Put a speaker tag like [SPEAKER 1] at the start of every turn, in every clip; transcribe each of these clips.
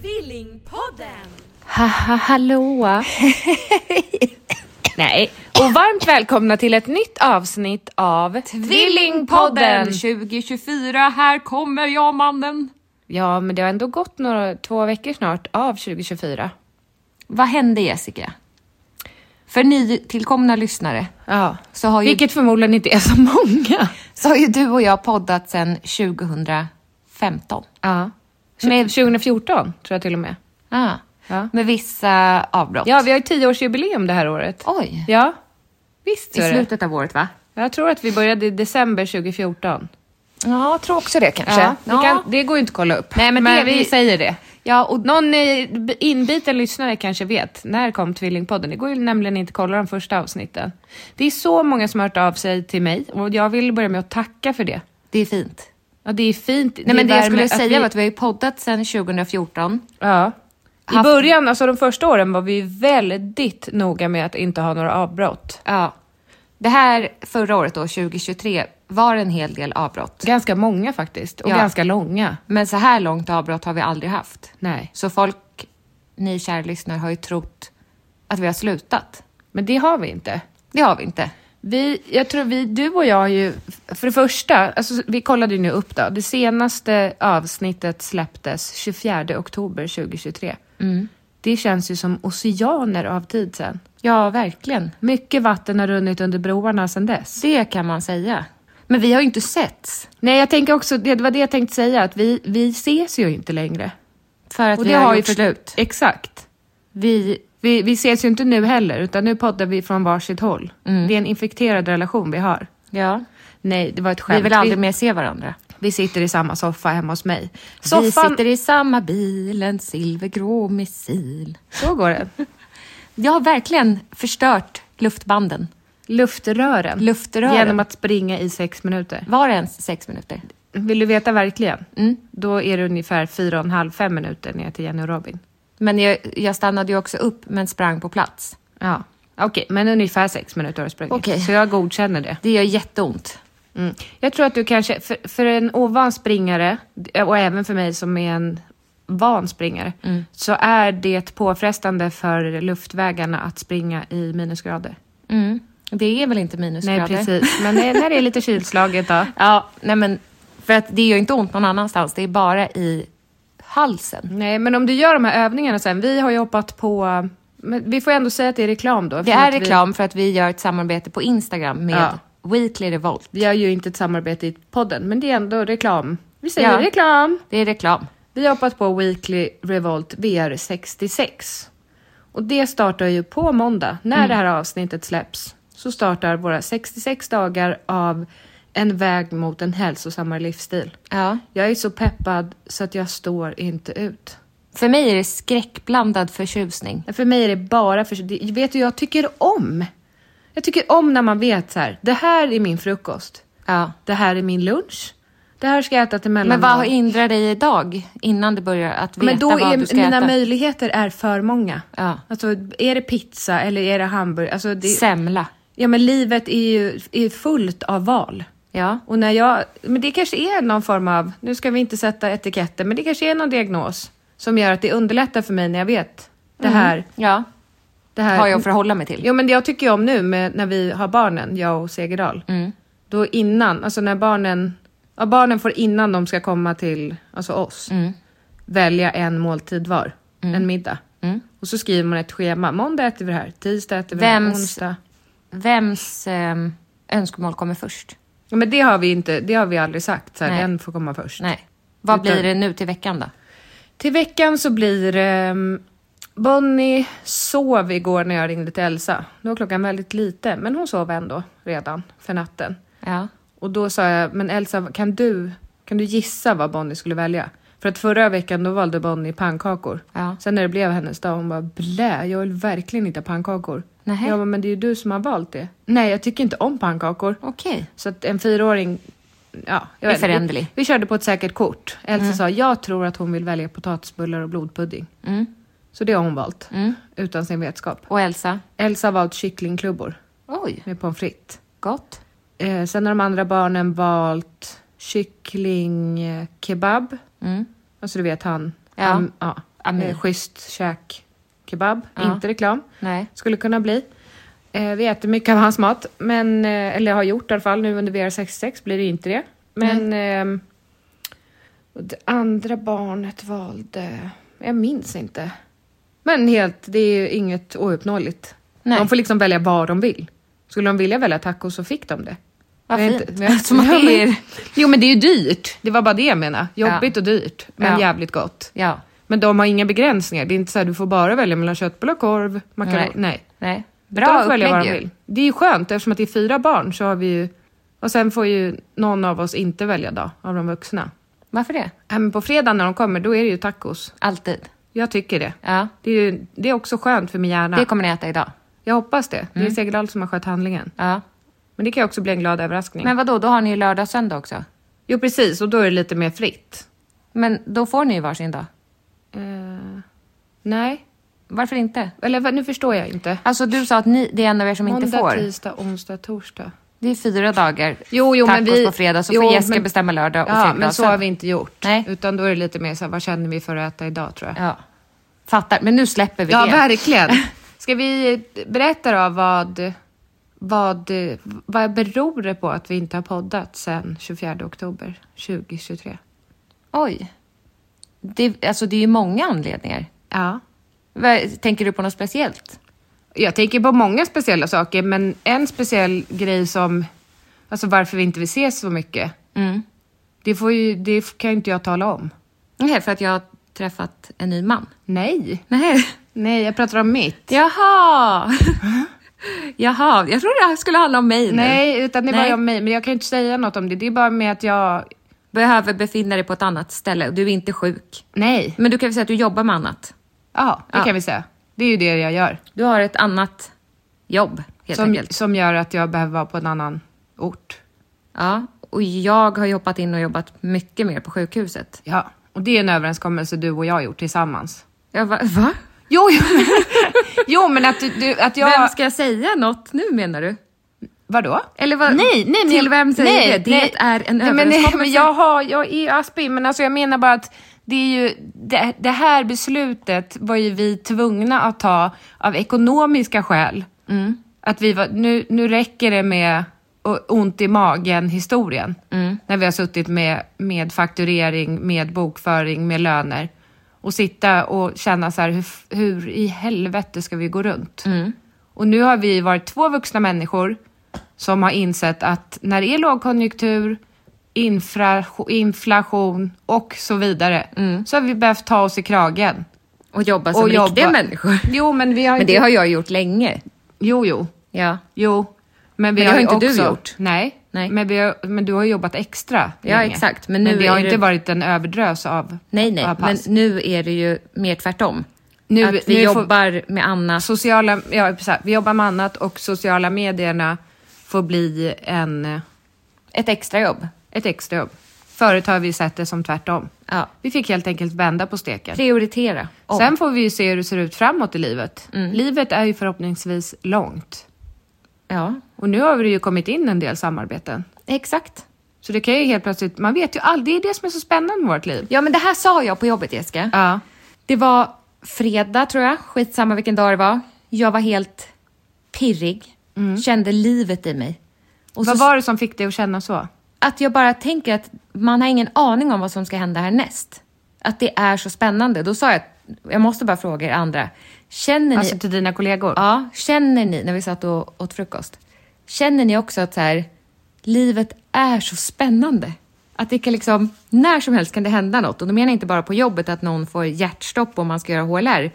[SPEAKER 1] Tvillingpodden!
[SPEAKER 2] Haha, hallå! Nej, och varmt välkomna till ett nytt avsnitt av Tvillingpodden!
[SPEAKER 1] 2024, här kommer jag mannen!
[SPEAKER 2] Ja, men det har ändå gått några, två veckor snart av 2024.
[SPEAKER 1] Vad hände Jessica? För nytillkomna lyssnare
[SPEAKER 2] Ja,
[SPEAKER 1] så har, ju,
[SPEAKER 2] vilket förmodligen inte är så många.
[SPEAKER 1] så har ju du och jag poddat sedan 2015.
[SPEAKER 2] Ja.
[SPEAKER 1] Med-
[SPEAKER 2] Med 2014 tror jag till och med.
[SPEAKER 1] Ah,
[SPEAKER 2] Ja.
[SPEAKER 1] Med vissa avbrott.
[SPEAKER 2] Ja, vi har ju tioårsjubileum det här året.
[SPEAKER 1] Oj!
[SPEAKER 2] Ja, visst
[SPEAKER 1] I
[SPEAKER 2] gör det.
[SPEAKER 1] slutet av året va?
[SPEAKER 2] Jag tror att vi började i december 2014.
[SPEAKER 1] Ja, jag tror också det kanske.
[SPEAKER 2] Ja, vi Kan, det går ju inte att kolla upp.
[SPEAKER 1] Nej, men det-
[SPEAKER 2] vi
[SPEAKER 1] vi-
[SPEAKER 2] säger det.
[SPEAKER 1] Ja, och
[SPEAKER 2] Någon eh, b- inbiten lyssnare kanske vet, när kom Tvillingpodden? Det går ju nämligen inte att kolla de första avsnitten. Det är så många som har hört av sig till mig och jag vill börja med att tacka för det.
[SPEAKER 1] det är fint.
[SPEAKER 2] Ja, det är fint.
[SPEAKER 1] Nej, men det jag
[SPEAKER 2] värmer
[SPEAKER 1] skulle
[SPEAKER 2] att
[SPEAKER 1] säga
[SPEAKER 2] vi-
[SPEAKER 1] var att vi har ju poddat sedan 2014.
[SPEAKER 2] Ja. I
[SPEAKER 1] haft-
[SPEAKER 2] början, alltså de första åren, var vi väldigt noga med att inte ha några avbrott.
[SPEAKER 1] Ja. Det här förra året då, 2023, var en hel del avbrott.
[SPEAKER 2] Ganska många faktiskt, och
[SPEAKER 1] Ja.
[SPEAKER 2] ganska långa.
[SPEAKER 1] Men så här långt avbrott har vi aldrig haft.
[SPEAKER 2] Nej,
[SPEAKER 1] Så folk, ni kära lyssnare, har ju trott att vi har slutat.
[SPEAKER 2] men det har vi inte.
[SPEAKER 1] Det har vi inte.
[SPEAKER 2] Vi, jag tror vi, du och jag har ju, för det första, alltså, vi kollade ju nu upp då, det senaste avsnittet släpptes 24 oktober 2023.
[SPEAKER 1] Mm.
[SPEAKER 2] Det känns ju som oceaner av tid sedan.
[SPEAKER 1] Ja, verkligen.
[SPEAKER 2] Mycket vatten har runnit under broarna sedan dess.
[SPEAKER 1] Det kan man säga. Men vi har ju inte setts.
[SPEAKER 2] Nej, jag tänker också, det var det jag tänkte säga, att vi, vi ses ju inte längre.
[SPEAKER 1] För att
[SPEAKER 2] Och
[SPEAKER 1] vi
[SPEAKER 2] det
[SPEAKER 1] har,
[SPEAKER 2] har ju
[SPEAKER 1] gjort
[SPEAKER 2] för-
[SPEAKER 1] slut.
[SPEAKER 2] Exakt. Vi, vi, vi ses ju inte nu heller, utan nu poddar vi från varsitt håll.
[SPEAKER 1] Mm.
[SPEAKER 2] Det är en infekterad relation vi har.
[SPEAKER 1] Ja.
[SPEAKER 2] Nej, det var ett skämt.
[SPEAKER 1] Vi vill aldrig mer se varandra.
[SPEAKER 2] Vi sitter i samma soffa hemma hos mig.
[SPEAKER 1] Vi
[SPEAKER 2] Soffan...
[SPEAKER 1] sitter i samma bil, en silvergrå missil.
[SPEAKER 2] Så går den.
[SPEAKER 1] Jag har verkligen förstört luftbanden.
[SPEAKER 2] Luftrören.
[SPEAKER 1] Luftrören.
[SPEAKER 2] Genom att springa i sex minuter.
[SPEAKER 1] Var det ens sex minuter?
[SPEAKER 2] Vill du veta verkligen?
[SPEAKER 1] Mm.
[SPEAKER 2] Då är det ungefär fyra och en halv, fem minuter ner till Jenny och Robin.
[SPEAKER 1] Men jag, jag stannade ju också upp, men sprang på plats.
[SPEAKER 2] Ja, okej, men ungefär sex minuter har du sprungit.
[SPEAKER 1] Okej.
[SPEAKER 2] Så jag godkänner det.
[SPEAKER 1] Det gör jätteont.
[SPEAKER 2] Mm. Jag tror att du kanske, för, för en ovan springare, och även för mig som är en van springare,
[SPEAKER 1] Mm.
[SPEAKER 2] så är det påfrestande för luftvägarna att springa i minusgrader.
[SPEAKER 1] Mm. Det är väl inte minusgrader?
[SPEAKER 2] Nej, precis. Men det, när det är lite kylslaget då.
[SPEAKER 1] Ja, nej men för att det gör ju inte ont någon annanstans. Det är bara i halsen.
[SPEAKER 2] Nej, men om du gör de här övningarna sen. Vi har ju hoppat på... Men vi får ändå säga att det är reklam då.
[SPEAKER 1] Det
[SPEAKER 2] eftersom
[SPEAKER 1] är
[SPEAKER 2] att vi-
[SPEAKER 1] reklam för att vi gör ett samarbete på Instagram med
[SPEAKER 2] Ja.
[SPEAKER 1] Weekly Revolt.
[SPEAKER 2] Vi gör ju inte ett samarbete i podden, men det är ändå reklam. Vi säger
[SPEAKER 1] Ja.
[SPEAKER 2] reklam!
[SPEAKER 1] Det är reklam.
[SPEAKER 2] Vi har hoppat på Weekly Revolt VR66. Och det startar ju på måndag. När
[SPEAKER 1] Mm.
[SPEAKER 2] det här avsnittet släpps så startar våra 66 dagar av en väg mot en hälsosammare livsstil.
[SPEAKER 1] Ja.
[SPEAKER 2] Jag är så peppad så att jag står inte ut.
[SPEAKER 1] För mig är det skräckblandad förtjusning.
[SPEAKER 2] För mig är det bara för... det- Vet du, jag tycker om. Jag tycker om när man vet så här, det här är min frukost.
[SPEAKER 1] Ja.
[SPEAKER 2] Det här är min lunch. Det här ska jag äta till
[SPEAKER 1] Men
[SPEAKER 2] mellanmål.
[SPEAKER 1] vad hindrar dig idag innan du börjar att veta
[SPEAKER 2] Men då
[SPEAKER 1] vad
[SPEAKER 2] är
[SPEAKER 1] du ska
[SPEAKER 2] mina
[SPEAKER 1] äta?
[SPEAKER 2] möjligheter är för många.
[SPEAKER 1] Ja.
[SPEAKER 2] Alltså, är det pizza eller är det hamburgare? Alltså, det,
[SPEAKER 1] Semla.
[SPEAKER 2] ja, men livet är ju är fullt av val.
[SPEAKER 1] Ja.
[SPEAKER 2] Och när jag, men det kanske är någon form av, nu ska vi inte sätta etiketter, men det kanske är någon diagnos som gör att det underlättar för mig när jag vet det här.
[SPEAKER 1] Ja.
[SPEAKER 2] Det här
[SPEAKER 1] Mm. Har jag att förhålla mig till.
[SPEAKER 2] Jo, men det jag tycker ju om nu med, när vi har barnen, jag och Segerdal.
[SPEAKER 1] Mm.
[SPEAKER 2] Då innan, alltså när barnen, ja, barnen får innan de ska komma till alltså oss,
[SPEAKER 1] Mm.
[SPEAKER 2] välja en måltid var, en middag.
[SPEAKER 1] Mm.
[SPEAKER 2] Och så skriver man ett schema. Måndag äter vi det här, tisdag äter vi det här,
[SPEAKER 1] Vems-
[SPEAKER 2] onsdag.
[SPEAKER 1] Vems ehm, önskemål kommer först?
[SPEAKER 2] Ja, men det har vi inte, det har vi aldrig sagt. Så här,
[SPEAKER 1] Nej.
[SPEAKER 2] en får komma först.
[SPEAKER 1] Nej. Vad
[SPEAKER 2] Utan-
[SPEAKER 1] blir det nu till veckan då?
[SPEAKER 2] Till veckan så blir ehm, Bonnie sov igår när jag ringde till Elsa. Då var klockan väldigt lite, men hon sov ändå redan för natten.
[SPEAKER 1] Ja.
[SPEAKER 2] Och då sa jag, men Elsa, kan du, kan du gissa vad Bonnie skulle välja? För att förra veckan då valde Bonnie pannkakor.
[SPEAKER 1] Ja.
[SPEAKER 2] Sen när det blev hennes dag, hon bara blä, jag vill verkligen inte ha pannkakor.
[SPEAKER 1] Nähä.
[SPEAKER 2] Jag bara, men det är ju du som har valt det. Nej, jag tycker inte om pannkakor.
[SPEAKER 1] Okej.
[SPEAKER 2] Så att en fyraåring, ja. Jag
[SPEAKER 1] Är Mm.
[SPEAKER 2] vet inte.
[SPEAKER 1] föränderlig.
[SPEAKER 2] Vi, vi körde på ett säkert kort. Elsa sa, jag tror att hon vill välja potatisbullar och blodpudding.
[SPEAKER 1] Mm.
[SPEAKER 2] Så det har hon valt, utan sin vetskap.
[SPEAKER 1] Och Elsa?
[SPEAKER 2] Elsa har valt kycklingklubbor
[SPEAKER 1] Oj,
[SPEAKER 2] med pommes frites.
[SPEAKER 1] gott.
[SPEAKER 2] Eh, sen har de andra barnen valt kycklingkebab.
[SPEAKER 1] Mm.
[SPEAKER 2] Alltså du vet han,
[SPEAKER 1] Ja.
[SPEAKER 2] Am- ja.
[SPEAKER 1] Amir.
[SPEAKER 2] Eh, schysst käk kebab.
[SPEAKER 1] Ja.
[SPEAKER 2] Inte reklam.
[SPEAKER 1] Nej.
[SPEAKER 2] Skulle kunna bli. Eh, vi äter mycket av hans mat, men, eh, eller har gjort i alla fall. Nu under VR66 blir det inte det. Men ehm, och det andra barnet valde, jag minns inte. Men helt, det är ju inget ouppnåeligt.
[SPEAKER 1] Nej.
[SPEAKER 2] De får liksom välja vad de vill. Skulle de vilja välja tacos så fick de det.
[SPEAKER 1] Vad
[SPEAKER 2] Jag
[SPEAKER 1] fint.
[SPEAKER 2] vet inte- jag-
[SPEAKER 1] Som att det är...
[SPEAKER 2] Jo men det är ju dyrt. Det var bara det jag menade. Jobbigt
[SPEAKER 1] Ja.
[SPEAKER 2] och dyrt, men
[SPEAKER 1] Ja.
[SPEAKER 2] jävligt gott.
[SPEAKER 1] Ja.
[SPEAKER 2] Men de har inga begränsningar. Det är inte så här, du får bara välja mellan köttbullar, korv, makaroner.
[SPEAKER 1] Nej.
[SPEAKER 2] Nej.
[SPEAKER 1] Nej.
[SPEAKER 2] de
[SPEAKER 1] Bra
[SPEAKER 2] får välja vad
[SPEAKER 1] upplägg
[SPEAKER 2] de
[SPEAKER 1] ju.
[SPEAKER 2] vill. Det är ju skönt eftersom att det är fyra barn så har vi ju... Och sen får ju någon av oss inte välja dag av de vuxna.
[SPEAKER 1] Varför det?
[SPEAKER 2] Äh, men på fredag när de kommer, då är det ju tacos.
[SPEAKER 1] Alltid.
[SPEAKER 2] Jag tycker det.
[SPEAKER 1] Ja.
[SPEAKER 2] Det är, ju, det är också skönt för min hjärna.
[SPEAKER 1] Det kommer ni äta idag.
[SPEAKER 2] Jag hoppas det. Det är Segerdal som har skött handlingen.
[SPEAKER 1] Ja.
[SPEAKER 2] Men det kan ju också bli en glad överraskning.
[SPEAKER 1] Men vad då? då har ni ju lördag och söndag också.
[SPEAKER 2] Jo precis, och då är det lite mer fritt.
[SPEAKER 1] Men då får ni ju varsin dag.
[SPEAKER 2] Eh, nej,
[SPEAKER 1] Varför inte?
[SPEAKER 2] eller vad- nu förstår jag inte.
[SPEAKER 1] Alltså du sa att ni, det är en av er som inte
[SPEAKER 2] Måndag,
[SPEAKER 1] får.
[SPEAKER 2] tisdag, onsdag, torsdag.
[SPEAKER 1] Det är fyra dagar.
[SPEAKER 2] Jo, jo,
[SPEAKER 1] Tacos
[SPEAKER 2] men vi...
[SPEAKER 1] på fredag, så
[SPEAKER 2] jo,
[SPEAKER 1] får Jessica
[SPEAKER 2] men-
[SPEAKER 1] bestämma lördag och
[SPEAKER 2] Ja,
[SPEAKER 1] fredag
[SPEAKER 2] men
[SPEAKER 1] och
[SPEAKER 2] så
[SPEAKER 1] söndag.
[SPEAKER 2] har vi inte gjort.
[SPEAKER 1] Nej.
[SPEAKER 2] Utan då är det lite mer så här, vad känner vi för att äta idag tror jag.
[SPEAKER 1] Ja. Fattar. Men nu släpper vi
[SPEAKER 2] Ja,
[SPEAKER 1] det.
[SPEAKER 2] verkligen. Ska vi eh, berätta då vad, vad, eh, vad beror det på att vi inte har poddat sedan 24 oktober 2023?
[SPEAKER 1] Oj. Det, alltså det är ju många anledningar.
[SPEAKER 2] Ja.
[SPEAKER 1] Vad- Tänker du på något speciellt?
[SPEAKER 2] Jag tänker på många speciella saker, men en speciell grej som... Alltså varför vi inte vill ses så mycket. Det, får ju, det kan ju inte jag tala om.
[SPEAKER 1] Nej, för att jag har träffat en ny man.
[SPEAKER 2] Nej.
[SPEAKER 1] Nej.
[SPEAKER 2] Nej, jag pratar om mitt.
[SPEAKER 1] Jaha! Jaha, jag trodde det här skulle handla om mig nu.
[SPEAKER 2] Nej, utan det var
[SPEAKER 1] Nej.
[SPEAKER 2] ju om mig. Men jag kan ju inte säga något om det. Det är bara med att jag...
[SPEAKER 1] Behöver befinna dig på ett annat ställe och du är inte sjuk.
[SPEAKER 2] Nej.
[SPEAKER 1] Men du kan väl säga att du jobbar med annat?
[SPEAKER 2] Ja, det
[SPEAKER 1] Ja.
[SPEAKER 2] kan vi säga. Det är ju det jag gör.
[SPEAKER 1] Du har ett annat jobb, helt
[SPEAKER 2] Som,
[SPEAKER 1] enkelt.
[SPEAKER 2] som gör att jag behöver vara på en annan ort.
[SPEAKER 1] Ja, och jag har ju hoppat in och jobbat mycket mer på sjukhuset.
[SPEAKER 2] Ja. Och det är en överenskommelse du och jag har gjort tillsammans.
[SPEAKER 1] Jag bara, va?
[SPEAKER 2] Jo, jo, jo men att, du- du, att jag...
[SPEAKER 1] Vem ska jag säga något nu menar du?
[SPEAKER 2] Vadå?
[SPEAKER 1] Eller vad,
[SPEAKER 2] Nej, nej, men
[SPEAKER 1] till
[SPEAKER 2] jag-
[SPEAKER 1] vem säger
[SPEAKER 2] nej,
[SPEAKER 1] det? Det
[SPEAKER 2] nej.
[SPEAKER 1] är en
[SPEAKER 2] Nej, men, nej,
[SPEAKER 1] överenskommelse.
[SPEAKER 2] men jag, har, jag är Aspin, men alltså jag menar bara att det, är ju, det, det här beslutet var ju vi tvungna att ta av ekonomiska skäl.
[SPEAKER 1] Mm.
[SPEAKER 2] Att vi var, nu, nu räcker det med o- ont i magen-historien.
[SPEAKER 1] Mm.
[SPEAKER 2] När vi har suttit med, med fakturering, med bokföring, med löner. Och sitta och känna så här, hur, f- hur i helvete ska vi gå runt?
[SPEAKER 1] Mm.
[SPEAKER 2] Och nu har vi varit två vuxna människor som har insett att när det är lågkonjunktur, infra, inflation och så vidare,
[SPEAKER 1] Mm.
[SPEAKER 2] så har vi behövt ta oss i kragen.
[SPEAKER 1] Och jobba som
[SPEAKER 2] och jobba.
[SPEAKER 1] riktiga människor.
[SPEAKER 2] Jo, men vi har
[SPEAKER 1] Men
[SPEAKER 2] inte...
[SPEAKER 1] det har jag gjort länge.
[SPEAKER 2] Jo, jo.
[SPEAKER 1] Ja.
[SPEAKER 2] Jo. Men, vi
[SPEAKER 1] det har
[SPEAKER 2] ju
[SPEAKER 1] inte du
[SPEAKER 2] också...
[SPEAKER 1] gjort.
[SPEAKER 2] Nej.
[SPEAKER 1] Nej.
[SPEAKER 2] Men, vi har... men du har ju jobbat extra
[SPEAKER 1] Ja,
[SPEAKER 2] länge.
[SPEAKER 1] exakt. Men nu
[SPEAKER 2] vi har
[SPEAKER 1] är
[SPEAKER 2] inte
[SPEAKER 1] det-
[SPEAKER 2] varit en överdrös av
[SPEAKER 1] Nej, nej,
[SPEAKER 2] av
[SPEAKER 1] men
[SPEAKER 2] pass.
[SPEAKER 1] nu är det ju mer tvärtom.
[SPEAKER 2] Nu-
[SPEAKER 1] att vi
[SPEAKER 2] nu får-
[SPEAKER 1] jobbar med annat.
[SPEAKER 2] Sociala... Ja, så här, vi jobbar med annat och sociala medierna får bli en...
[SPEAKER 1] Ett extrajobb.
[SPEAKER 2] ett extrajobb. Förut har vi sett det som tvärtom.
[SPEAKER 1] Ja.
[SPEAKER 2] Vi fick helt enkelt vända på steken.
[SPEAKER 1] Prioritera. om.
[SPEAKER 2] Sen Mm. får vi ju se hur det ser ut framåt i livet. Livet är ju förhoppningsvis långt.
[SPEAKER 1] Ja,
[SPEAKER 2] Och nu har det ju kommit in en del samarbeten.
[SPEAKER 1] exakt.
[SPEAKER 2] Så det kan ju helt plötsligt, man vet ju aldrig, det är det som är så spännande med vårt liv.
[SPEAKER 1] Ja, men det här sa jag på jobbet, Jessica.
[SPEAKER 2] Ja.
[SPEAKER 1] Det var fredag, tror jag. Skitsamma vilken dag det var. Jag var helt pirrig. Kände livet i mig. Och
[SPEAKER 2] Vad
[SPEAKER 1] så,
[SPEAKER 2] var det som fick dig att känna så?
[SPEAKER 1] Att jag bara tänker att man har ingen aning om vad som ska hända härnäst. Att det är så spännande. Då sa jag, att- jag måste bara fråga er andra. Känner ni
[SPEAKER 2] Alltså till dina kollegor?
[SPEAKER 1] Ja, känner ni, när vi satt och åt frukost, känner ni också att så här, livet är så spännande? Att det kan liksom, när som helst kan det hända något. Och då menar jag inte bara på jobbet att någon får hjärtstopp om man ska göra HLR,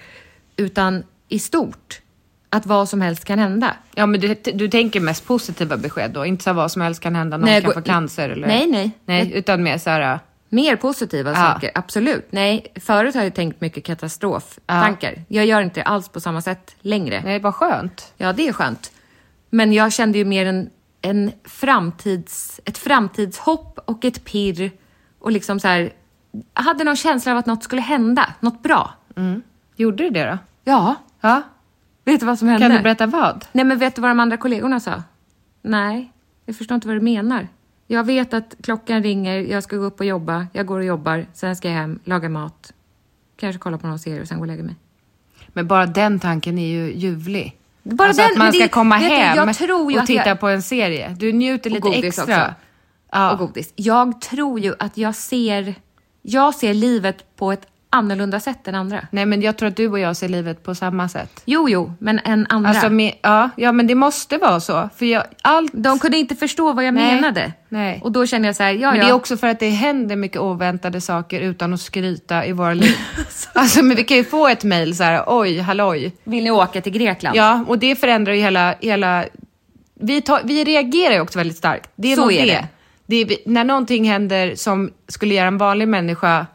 [SPEAKER 1] utan i stort. Att vad som helst kan hända.
[SPEAKER 2] Ja, men du, du tänker mest positiva besked då? Inte så här vad som helst kan hända, någon
[SPEAKER 1] Nej,
[SPEAKER 2] kan
[SPEAKER 1] gå-
[SPEAKER 2] få cancer eller?
[SPEAKER 1] Nej, nej.
[SPEAKER 2] Nej, utan mer så här,
[SPEAKER 1] Mer positiva saker, absolut. Nej, förut har jag tänkt mycket katastroftankar. Jag gör inte det alls på samma sätt längre.
[SPEAKER 2] nej vad skönt.
[SPEAKER 1] Ja, det är skönt. Men jag kände ju mer en, en framtids, ett framtidshopp och ett pirr och liksom så här, jag hade någon känsla av att något skulle hända, något bra.
[SPEAKER 2] Gjorde du det då?
[SPEAKER 1] Ja,
[SPEAKER 2] Mm. Ja.
[SPEAKER 1] vet du vad som hände?
[SPEAKER 2] Kan du berätta vad?
[SPEAKER 1] Nej, men vet du vad de andra kollegorna sa? Nej, jag förstår inte vad du menar. Jag vet att klockan ringer, jag ska gå upp och jobba, jag går och jobbar, sen ska jag hem, laga mat, kanske kolla på någon serie och sen gå och lägga mig.
[SPEAKER 2] Men bara den tanken är ju ljuvlig.
[SPEAKER 1] Bara
[SPEAKER 2] alltså
[SPEAKER 1] den-
[SPEAKER 2] att man
[SPEAKER 1] men
[SPEAKER 2] ska
[SPEAKER 1] det-
[SPEAKER 2] komma
[SPEAKER 1] vet du,
[SPEAKER 2] hem
[SPEAKER 1] jag tror ju
[SPEAKER 2] och
[SPEAKER 1] att
[SPEAKER 2] titta
[SPEAKER 1] jag-
[SPEAKER 2] på en serie. Du njuter lite
[SPEAKER 1] godis
[SPEAKER 2] extra.
[SPEAKER 1] också.
[SPEAKER 2] Ja.
[SPEAKER 1] och godis. Jag tror ju att jag ser, jag ser livet på ett annorlunda sätt än andra.
[SPEAKER 2] Nej, men jag tror att du och jag ser livet på samma sätt.
[SPEAKER 1] Jo, jo, men än andra.
[SPEAKER 2] Alltså, med, ja, ja, men det måste vara så. För jag, allt...
[SPEAKER 1] de kunde inte förstå vad jag
[SPEAKER 2] Nej,
[SPEAKER 1] menade.
[SPEAKER 2] nej.
[SPEAKER 1] Och då kände jag så här, ja,
[SPEAKER 2] Men
[SPEAKER 1] ja.
[SPEAKER 2] det är också för att det händer mycket oväntade saker utan att skryta i våra liv. alltså, men vi kan ju få ett mejl så här, oj, halloj.
[SPEAKER 1] Vill ni åka till Grekland?
[SPEAKER 2] Ja, och det förändrar ju hela... hela vi, tar, vi reagerar ju också väldigt starkt. Det är
[SPEAKER 1] Så
[SPEAKER 2] nog
[SPEAKER 1] är
[SPEAKER 2] det.
[SPEAKER 1] det.
[SPEAKER 2] Det är vi- när någonting händer som skulle göra en vanlig människa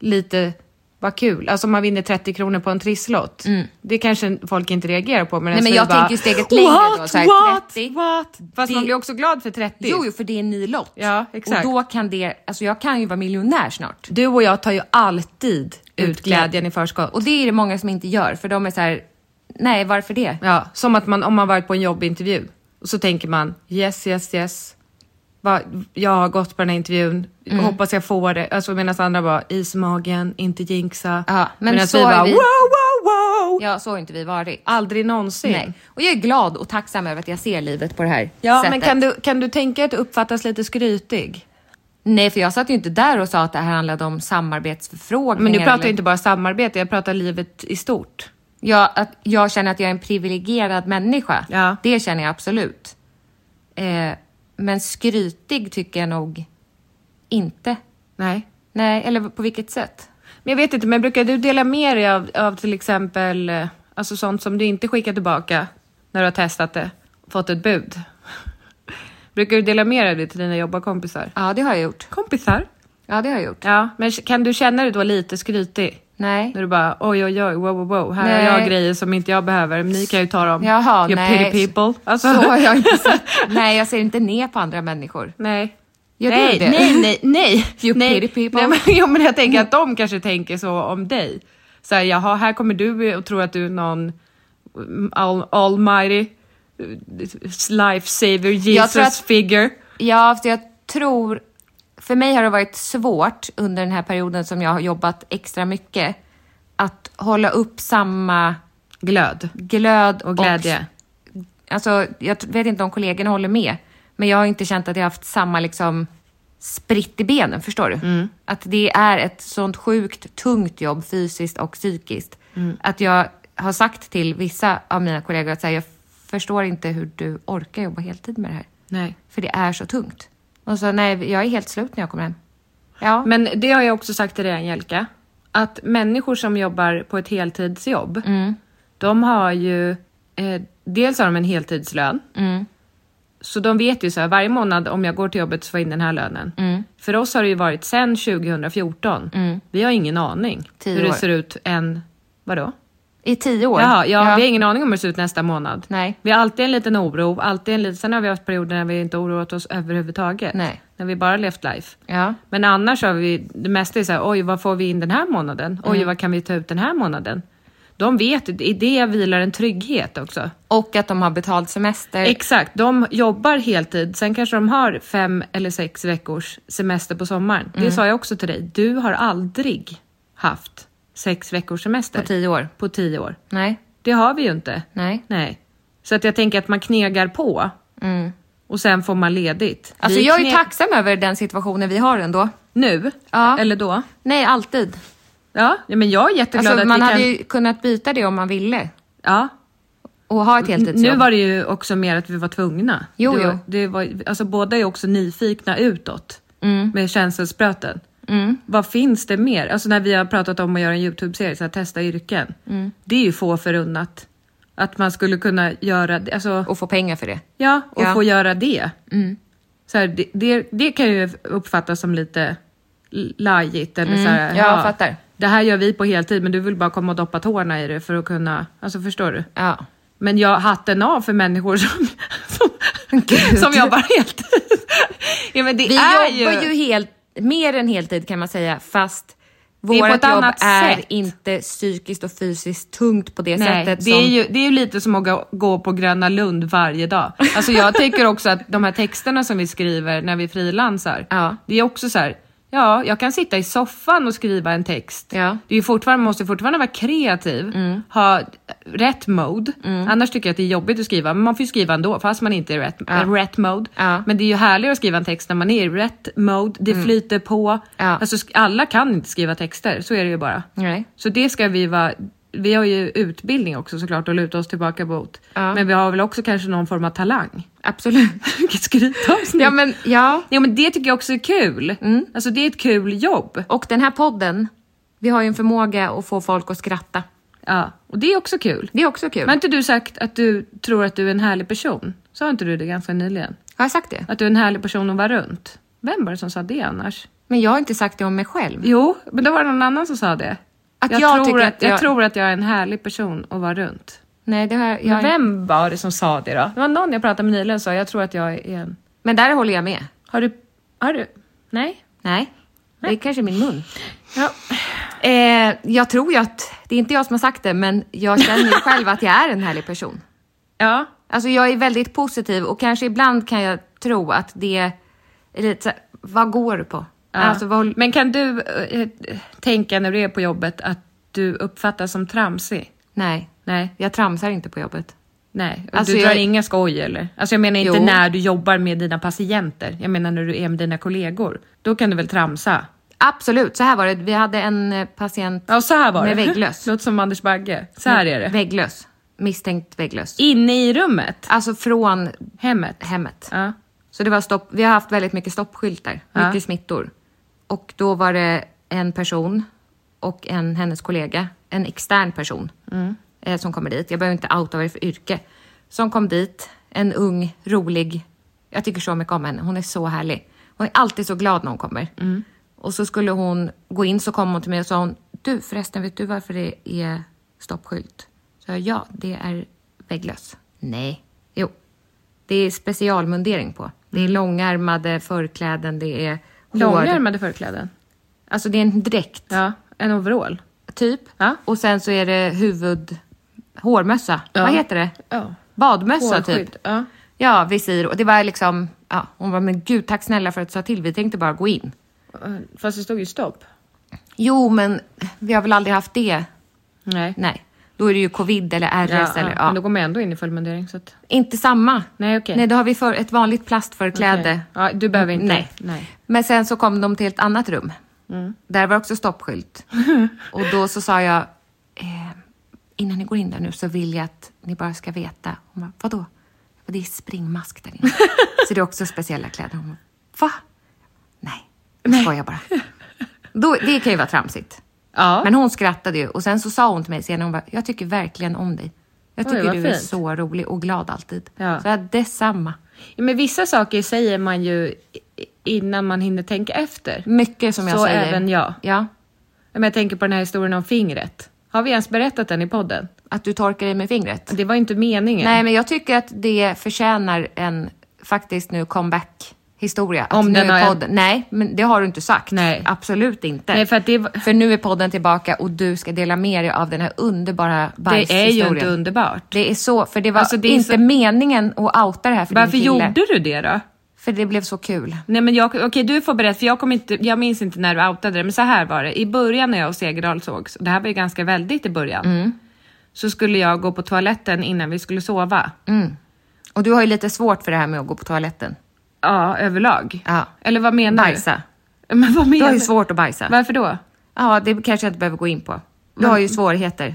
[SPEAKER 2] lite, vad kul, alltså om man vinner 30 kronor på en trisslott. Det kanske folk inte reagerar på.
[SPEAKER 1] Mm. Nej,
[SPEAKER 2] medan
[SPEAKER 1] men
[SPEAKER 2] vi
[SPEAKER 1] jag
[SPEAKER 2] bara,
[SPEAKER 1] tänker ju steget längre
[SPEAKER 2] what,
[SPEAKER 1] då, så här,
[SPEAKER 2] what,
[SPEAKER 1] 30.
[SPEAKER 2] What? Fast
[SPEAKER 1] Det-
[SPEAKER 2] man blir också glad för 30.
[SPEAKER 1] Jo, jo, för det är en ny lott.
[SPEAKER 2] Ja, exakt.
[SPEAKER 1] Och då kan det, alltså jag kan ju vara miljonär snart.
[SPEAKER 2] Du och jag tar ju alltid ut glädjen i förskott.
[SPEAKER 1] Och det är det många som inte gör, för de är så här, nej, varför det?
[SPEAKER 2] Ja, som att man, om man varit på en jobbintervju och så tänker man yes, yes, yes. Va, jag har gått på den här intervjun,
[SPEAKER 1] Mm.
[SPEAKER 2] hoppas jag får det. Alltså medan andra bara is i magen, inte jinxa.
[SPEAKER 1] Ja, men
[SPEAKER 2] Medan
[SPEAKER 1] så
[SPEAKER 2] vi
[SPEAKER 1] har
[SPEAKER 2] bara
[SPEAKER 1] vi-
[SPEAKER 2] wow, wow, wow.
[SPEAKER 1] Ja, så har inte vi varit.
[SPEAKER 2] Aldrig någonsin.
[SPEAKER 1] Nej. Och jag är glad och tacksam över att jag ser livet på det här
[SPEAKER 2] Ja,
[SPEAKER 1] sättet.
[SPEAKER 2] men kan du, kan du tänka att du uppfattas lite skrytig?
[SPEAKER 1] Nej, för jag satt ju inte där och sa att det här handlade om samarbetsförfrågningar.
[SPEAKER 2] Men nu pratar
[SPEAKER 1] eller-
[SPEAKER 2] jag inte bara samarbete, jag pratar livet i stort.
[SPEAKER 1] Ja, att jag känner att jag är en privilegierad människa.
[SPEAKER 2] Ja.
[SPEAKER 1] Det känner jag absolut. Eh, men skrytig tycker jag nog inte.
[SPEAKER 2] Nej.
[SPEAKER 1] Nej, eller på vilket sätt?
[SPEAKER 2] Men jag vet inte, men brukar du dela med dig av, av till exempel eh, alltså sånt som du inte skickar tillbaka när du har testat det, fått ett bud? brukar du dela med dig av det till dina jobbarkompisar?
[SPEAKER 1] Ja, det har jag gjort.
[SPEAKER 2] Kompisar?
[SPEAKER 1] Ja, det har jag gjort.
[SPEAKER 2] Ja, men kan du känna dig då lite skrytig?
[SPEAKER 1] Nej.
[SPEAKER 2] När du bara oj oj oj, wow wow wow, här
[SPEAKER 1] Nej.
[SPEAKER 2] har jag grejer som inte jag behöver, men ni kan ju ta dem.
[SPEAKER 1] Jaha,
[SPEAKER 2] You're
[SPEAKER 1] nej.
[SPEAKER 2] pretty people. Alltså,
[SPEAKER 1] Så har jag inte sett. Nej, jag ser inte ner på andra människor.
[SPEAKER 2] Nej.
[SPEAKER 1] Gör du
[SPEAKER 2] nej,
[SPEAKER 1] det?
[SPEAKER 2] nej, nej, nej.
[SPEAKER 1] You
[SPEAKER 2] nej.
[SPEAKER 1] pretty people. Mm.
[SPEAKER 2] Nej, men, ja, men jag tänker att de kanske tänker så om dig. Så här, jaha, här kommer du och tror att du är någon mm, all, almighty eh, life saver Jesus
[SPEAKER 1] tror att-
[SPEAKER 2] figure.
[SPEAKER 1] Ja, för jag tror... För mig har det varit svårt under den här perioden som jag har jobbat extra mycket att hålla upp samma
[SPEAKER 2] Glöd.
[SPEAKER 1] glöd
[SPEAKER 2] Och glädje.
[SPEAKER 1] alltså, jag t- vet inte om kollegorna håller med, men jag har inte känt att jag haft samma liksom, spritt i benen, förstår du?
[SPEAKER 2] Mm.
[SPEAKER 1] Att det är ett sånt sjukt tungt jobb fysiskt och psykiskt.
[SPEAKER 2] Mm.
[SPEAKER 1] Att jag har sagt till vissa av mina kollegor att så här, jag förstår inte hur du orkar jobba heltid med det här.
[SPEAKER 2] Nej.
[SPEAKER 1] För det är så tungt. Och så, nej, jag är helt slut när jag kommer hem. Ja,
[SPEAKER 2] Men det har jag också sagt till dig Angelica, att människor som jobbar på ett heltidsjobb,
[SPEAKER 1] Mm.
[SPEAKER 2] de har ju, eh, dels har de en heltidslön,
[SPEAKER 1] Mm.
[SPEAKER 2] så de vet ju så här, varje månad om jag går till jobbet så får jag in den här lönen.
[SPEAKER 1] Mm.
[SPEAKER 2] För oss har det ju varit sedan 2014, vi har ingen aning
[SPEAKER 1] Tio
[SPEAKER 2] hur det
[SPEAKER 1] år.
[SPEAKER 2] ser ut än, vadå?
[SPEAKER 1] i tio år.
[SPEAKER 2] Jaha, ja, vi har ingen aning om hur det ser ut nästa månad.
[SPEAKER 1] Nej.
[SPEAKER 2] Vi har alltid en liten oro, alltid en liten, sen har vi haft perioder när vi inte oroat oss överhuvudtaget.
[SPEAKER 1] Nej.
[SPEAKER 2] När vi bara levt life.
[SPEAKER 1] Ja.
[SPEAKER 2] Men
[SPEAKER 1] Mm.
[SPEAKER 2] annars har vi, det mesta är så här, oj vad får vi in den här månaden? Oj vad kan vi ta ut den här månaden? de vet, i det vilar en trygghet också.
[SPEAKER 1] Och att de har betald semester.
[SPEAKER 2] Exakt, de jobbar heltid. Sen kanske de har fem eller sex veckors semester på sommaren. Det
[SPEAKER 1] Mm.
[SPEAKER 2] sa jag också till dig. Du har aldrig haft sex veckors semester.
[SPEAKER 1] På tio år.
[SPEAKER 2] På tio år.
[SPEAKER 1] Nej.
[SPEAKER 2] Det har vi ju inte.
[SPEAKER 1] Nej.
[SPEAKER 2] Nej. Så att jag tänker att man knegar på. Och sen får man ledigt.
[SPEAKER 1] Mm. Alltså
[SPEAKER 2] Vi
[SPEAKER 1] jag är
[SPEAKER 2] kne-
[SPEAKER 1] tacksam över den situationen vi har ändå.
[SPEAKER 2] Nu?
[SPEAKER 1] Ja.
[SPEAKER 2] Eller då?
[SPEAKER 1] Nej, alltid.
[SPEAKER 2] Ja, ja, men jag är jätteglad
[SPEAKER 1] Alltså,
[SPEAKER 2] att
[SPEAKER 1] man
[SPEAKER 2] vi
[SPEAKER 1] hade
[SPEAKER 2] kan...
[SPEAKER 1] ju kunnat byta det om man ville.
[SPEAKER 2] Ja.
[SPEAKER 1] Och ha ett heltidsjobb.
[SPEAKER 2] Nu var det ju också mer att vi var tvungna.
[SPEAKER 1] Jo,
[SPEAKER 2] det var,
[SPEAKER 1] jo.
[SPEAKER 2] Det var, alltså, båda är också nyfikna utåt
[SPEAKER 1] Mm.
[SPEAKER 2] med känselspröten. Vad finns det mer? Alltså när vi har pratat om att göra en Youtube-serie, så här, testa yrken.
[SPEAKER 1] Mm.
[SPEAKER 2] Det är ju få förunnat. Att man skulle kunna göra det. Alltså,
[SPEAKER 1] Och få pengar för det.
[SPEAKER 2] Ja, och
[SPEAKER 1] Ja. Mm.
[SPEAKER 2] få göra det. Så här, det, det. Det kan ju uppfattas som lite l- lajigt. Eller så här,
[SPEAKER 1] Mm. ja, jag fattar.
[SPEAKER 2] Det här gör vi på heltid, men du vill bara komma och doppa tårna i det för att kunna... Alltså förstår du?
[SPEAKER 1] Ja.
[SPEAKER 2] Men jag hatten av för människor som, som,
[SPEAKER 1] Gud.
[SPEAKER 2] som jobbar heltid. ja, men det
[SPEAKER 1] Vi
[SPEAKER 2] är
[SPEAKER 1] jobbar ju helt, mer än heltid kan man säga, fast
[SPEAKER 2] är på
[SPEAKER 1] vårt
[SPEAKER 2] ett
[SPEAKER 1] jobb
[SPEAKER 2] annat
[SPEAKER 1] är
[SPEAKER 2] sätt.
[SPEAKER 1] inte psykiskt och fysiskt tungt på det
[SPEAKER 2] Nej, det,
[SPEAKER 1] sättet. som,
[SPEAKER 2] är ju, det är ju lite som att gå- gå på Gröna Lund varje dag. Alltså jag tänker också att de här texterna som vi skriver när vi frilansar,
[SPEAKER 1] Ja.
[SPEAKER 2] det är också så här, ja, jag kan sitta i soffan och skriva en text.
[SPEAKER 1] Ja. Mm.
[SPEAKER 2] Det är ju fortfarande, måste fortfarande vara kreativ, ha rätt mode. Annars tycker jag att det är jobbigt att skriva, men man får ju skriva ändå fast man inte är i rätt,
[SPEAKER 1] Ja.
[SPEAKER 2] rätt mode.
[SPEAKER 1] Ja. Mm.
[SPEAKER 2] Men det är ju härligare att skriva en text när man är i rätt mode, det flyter på.
[SPEAKER 1] Ja.
[SPEAKER 2] Alltså, sk- alla kan inte skriva texter, så är det ju bara.
[SPEAKER 1] Nej.
[SPEAKER 2] Så det ska vi vara... Vi har ju utbildning också såklart att luta oss tillbaka mot.
[SPEAKER 1] Ja.
[SPEAKER 2] Men vi har väl också kanske någon form av talang.
[SPEAKER 1] Absolut.
[SPEAKER 2] Vilket skrytavsnitt!
[SPEAKER 1] ja, men, ja.
[SPEAKER 2] ja, men det tycker jag också är kul.
[SPEAKER 1] Mm.
[SPEAKER 2] Alltså det är ett kul jobb.
[SPEAKER 1] Och den här podden, vi har ju en förmåga att få folk att skratta.
[SPEAKER 2] Ja, och det är också kul.
[SPEAKER 1] Det är också kul.
[SPEAKER 2] Men har inte du sagt att du tror att du är en härlig person? Sa inte du det ganska nyligen?
[SPEAKER 1] har jag sagt det?
[SPEAKER 2] Att du är en härlig person att vara runt? Vem var det som sa det annars?
[SPEAKER 1] Men jag har inte sagt det om mig själv.
[SPEAKER 2] Jo, men då var det någon annan som sa det.
[SPEAKER 1] Att jag
[SPEAKER 2] tror
[SPEAKER 1] tycker
[SPEAKER 2] att,
[SPEAKER 1] att
[SPEAKER 2] jag...
[SPEAKER 1] jag-
[SPEAKER 2] tror att jag är en härlig person att vara runt.
[SPEAKER 1] Nej, det har jag, jag
[SPEAKER 2] Men vem var det som sa det då? Det var någon jag pratade med nyligen som sa, jag tror att jag är en...
[SPEAKER 1] men där håller jag med.
[SPEAKER 2] Har du... Har du? Nej?
[SPEAKER 1] Nej, det är kanske min mun.
[SPEAKER 2] Ja.
[SPEAKER 1] Eh, jag tror ju att, det är inte jag som har sagt det, men jag känner ju själv att jag är en härlig person.
[SPEAKER 2] Ja.
[SPEAKER 1] Alltså jag är väldigt positiv och kanske ibland kan jag tro att det är lite så här, vad går du på?
[SPEAKER 2] ja.
[SPEAKER 1] Alltså, vad, håll-
[SPEAKER 2] Men kan du eh, tänka när du är på jobbet att du uppfattas som tramsig?
[SPEAKER 1] nej,
[SPEAKER 2] Nej.
[SPEAKER 1] jag tramsar inte på jobbet.
[SPEAKER 2] Nej. Och
[SPEAKER 1] Alltså,
[SPEAKER 2] du drar
[SPEAKER 1] jag-
[SPEAKER 2] inga skoj eller? Alltså jag menar inte
[SPEAKER 1] Jo.
[SPEAKER 2] när du jobbar med dina patienter. Jag menar när du är med dina kollegor. Då kan du väl tramsa?
[SPEAKER 1] Absolut, så här var det. Vi hade en eh, patient
[SPEAKER 2] Ja, så här var
[SPEAKER 1] Med
[SPEAKER 2] det.
[SPEAKER 1] vägglöss.
[SPEAKER 2] Låter som Anders Bagge. Så här är det.
[SPEAKER 1] vägglös, misstänkt vägglös.
[SPEAKER 2] Inne i rummet.
[SPEAKER 1] Alltså från
[SPEAKER 2] Hemmet.
[SPEAKER 1] hemmet.
[SPEAKER 2] Ja.
[SPEAKER 1] Så det var stopp, vi har haft väldigt mycket stoppskyltar,
[SPEAKER 2] Ja.
[SPEAKER 1] mycket smittor. Och då var det en person och en hennes kollega, en extern person, eh, som kommer dit. Jag behöver inte outa vad det är för yrke. Som kom dit, en ung, rolig, jag tycker så mycket om henne, hon är så härlig. Hon är alltid så glad när hon kommer. Och så skulle hon gå in, så kom hon till mig och sa hon, du förresten, vet du varför det är stoppskylt? Så jag, ja, det är vägglöss. Nej. Jo, det är specialmundering på. Det
[SPEAKER 2] Mm.
[SPEAKER 1] är långärmade förkläden, det är hår.
[SPEAKER 2] Långärmade förkläden.
[SPEAKER 1] Alltså det är en dräkt,
[SPEAKER 2] Ja. En overall.
[SPEAKER 1] typ.
[SPEAKER 2] Ja.
[SPEAKER 1] Och sen så är det huvud... Hårmössa.
[SPEAKER 2] Ja.
[SPEAKER 1] Vad heter det?
[SPEAKER 2] Ja.
[SPEAKER 1] Badmössa,
[SPEAKER 2] Hårskydd,
[SPEAKER 1] typ.
[SPEAKER 2] ja.
[SPEAKER 1] Ja, visir. Och det var liksom... Ja, hon var men gud, tack snälla för att du sa till. Vi tänkte bara gå in.
[SPEAKER 2] Eh, Fast det stod ju stopp.
[SPEAKER 1] Jo, men vi har väl aldrig haft det?
[SPEAKER 2] Nej.
[SPEAKER 1] Nej. Då är det ju covid eller RS eller... Ja.
[SPEAKER 2] Men då går man ändå in i fullmundering. Så att...
[SPEAKER 1] Inte samma.
[SPEAKER 2] Nej, okej.
[SPEAKER 1] Nej, då har vi för ett vanligt plastförkläde.
[SPEAKER 2] Okej. Ja, du behöver inte.
[SPEAKER 1] Nej.
[SPEAKER 2] Nej.
[SPEAKER 1] Men sen så kom de till ett annat rum.
[SPEAKER 2] Mm.
[SPEAKER 1] Där var också stoppskylt. och då så sa jag, eh, innan ni går in där nu så vill jag att ni bara ska veta. Hon bara, vadå? Jag bara, Det är springmask där inne. så det är också speciella kläder. Hon bara, va? Nej, jag skojar bara. Då, det kan ju vara tramsigt.
[SPEAKER 2] Ja.
[SPEAKER 1] Men hon skrattade ju och sen så sa hon till mig senare, hon bara, jag tycker verkligen om dig. Jag
[SPEAKER 2] Oj,
[SPEAKER 1] tycker
[SPEAKER 2] vad
[SPEAKER 1] du är
[SPEAKER 2] fint.
[SPEAKER 1] så rolig och glad alltid.
[SPEAKER 2] Ja.
[SPEAKER 1] Så jag, detsamma.
[SPEAKER 2] Ja, men vissa saker säger man ju i- innan man hinner tänka efter.
[SPEAKER 1] Mycket som jag
[SPEAKER 2] Så
[SPEAKER 1] säger.
[SPEAKER 2] även jag.
[SPEAKER 1] Ja.
[SPEAKER 2] Ja, Men jag tänker på den här historien om fingret. Har vi ens berättat den i podden?
[SPEAKER 1] Att du torkar dig med fingret.
[SPEAKER 2] Det var ju inte meningen.
[SPEAKER 1] Nej, men jag tycker att det förtjänar en faktiskt nu comeback historia. Att
[SPEAKER 2] Om
[SPEAKER 1] nu
[SPEAKER 2] den
[SPEAKER 1] är
[SPEAKER 2] har-
[SPEAKER 1] podden... Nej, men det har du inte sagt.
[SPEAKER 2] Nej.
[SPEAKER 1] Absolut inte.
[SPEAKER 2] Nej, för att det var-
[SPEAKER 1] För nu är podden tillbaka och du ska dela med dig av den här underbara
[SPEAKER 2] Det är ju inte
[SPEAKER 1] bajshistorien.
[SPEAKER 2] underbart.
[SPEAKER 1] Det är så, för det var
[SPEAKER 2] Alltså, det är
[SPEAKER 1] inte
[SPEAKER 2] så-
[SPEAKER 1] meningen att outa det här för
[SPEAKER 2] Varför
[SPEAKER 1] din kille.
[SPEAKER 2] gjorde du det då?
[SPEAKER 1] För det blev så kul.
[SPEAKER 2] Nej men jag, okej du får berätta för jag, kommer inte, jag minns inte när du outade det men så här var det. I början när jag och Segerdahl sågs, och det här var ju ganska väldigt i början.
[SPEAKER 1] Mm.
[SPEAKER 2] Så skulle jag gå på toaletten innan vi skulle sova.
[SPEAKER 1] Mm. Och du har ju lite svårt för det här med att gå på toaletten.
[SPEAKER 2] Ja, överlag.
[SPEAKER 1] Ja.
[SPEAKER 2] Eller vad menar
[SPEAKER 1] Bajsa.
[SPEAKER 2] du? Men vad menar
[SPEAKER 1] Du har ju svårt att bajsa.
[SPEAKER 2] Varför då?
[SPEAKER 1] Ja, det kanske jag inte behöver gå in på. Du har ju svårigheter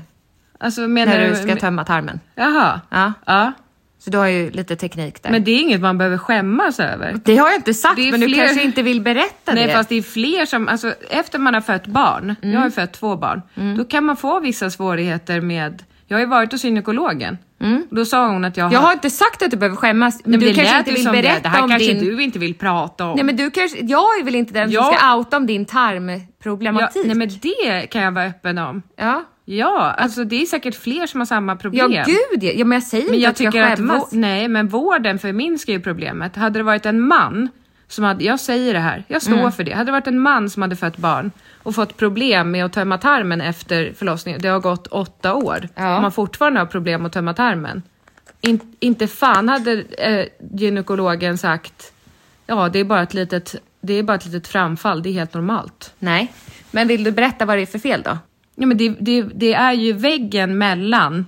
[SPEAKER 2] Alltså menar
[SPEAKER 1] när
[SPEAKER 2] du...
[SPEAKER 1] du ska tömma tarmen.
[SPEAKER 2] Jaha.
[SPEAKER 1] Ja.
[SPEAKER 2] Ja.
[SPEAKER 1] Så du har ju lite teknik där.
[SPEAKER 2] Men det är inget man behöver skämmas över.
[SPEAKER 1] det har jag inte sagt,
[SPEAKER 2] Det är
[SPEAKER 1] men du
[SPEAKER 2] fler-
[SPEAKER 1] kanske inte vill berätta
[SPEAKER 2] Nej
[SPEAKER 1] det. Mm.
[SPEAKER 2] fast det är fler som, alltså efter man har fött barn, jag har ju fött två barn, då kan man få vissa svårigheter med, jag har ju varit hos gynekologen, då sa hon att jag
[SPEAKER 1] Mm. Jag har inte sagt att du behöver skämmas, men,
[SPEAKER 2] Nej,
[SPEAKER 1] du
[SPEAKER 2] det
[SPEAKER 1] kanske
[SPEAKER 2] lät
[SPEAKER 1] inte
[SPEAKER 2] ju
[SPEAKER 1] vill
[SPEAKER 2] som
[SPEAKER 1] berätta
[SPEAKER 2] det. det här
[SPEAKER 1] om
[SPEAKER 2] kanske
[SPEAKER 1] din...
[SPEAKER 2] du inte vill prata om.
[SPEAKER 1] Nej, men du kanske... Jag är väl inte den som
[SPEAKER 2] Jag-
[SPEAKER 1] ska outa om din
[SPEAKER 2] ja,
[SPEAKER 1] tarmproblematik?
[SPEAKER 2] nej men det kan jag vara öppen om.
[SPEAKER 1] Ja.
[SPEAKER 2] Ja, alltså det är säkert fler som har samma
[SPEAKER 1] Ja,
[SPEAKER 2] problem.
[SPEAKER 1] gud ja. ja men jag säger
[SPEAKER 2] Men
[SPEAKER 1] inte
[SPEAKER 2] jag
[SPEAKER 1] att jag
[SPEAKER 2] tycker att,
[SPEAKER 1] skämmas.
[SPEAKER 2] vå- nej, men vården förminskar ju problemet. Hade det varit en man som hade, jag säger det här, jag
[SPEAKER 1] Mm.
[SPEAKER 2] står för det. Hade det varit en man som hade fött barn och fått problem med att tömma tarmen efter förlossningen, det har gått åtta år,
[SPEAKER 1] Ja.
[SPEAKER 2] och man fortfarande har problem att tömma tarmen. In, inte fan hade eh, gynekologen sagt, ja det är, bara ett litet, det är bara ett litet framfall, det är helt normalt.
[SPEAKER 1] Nej. Men vill du berätta vad det är för fel då?
[SPEAKER 2] Ja, men det, det, det är ju väggen mellan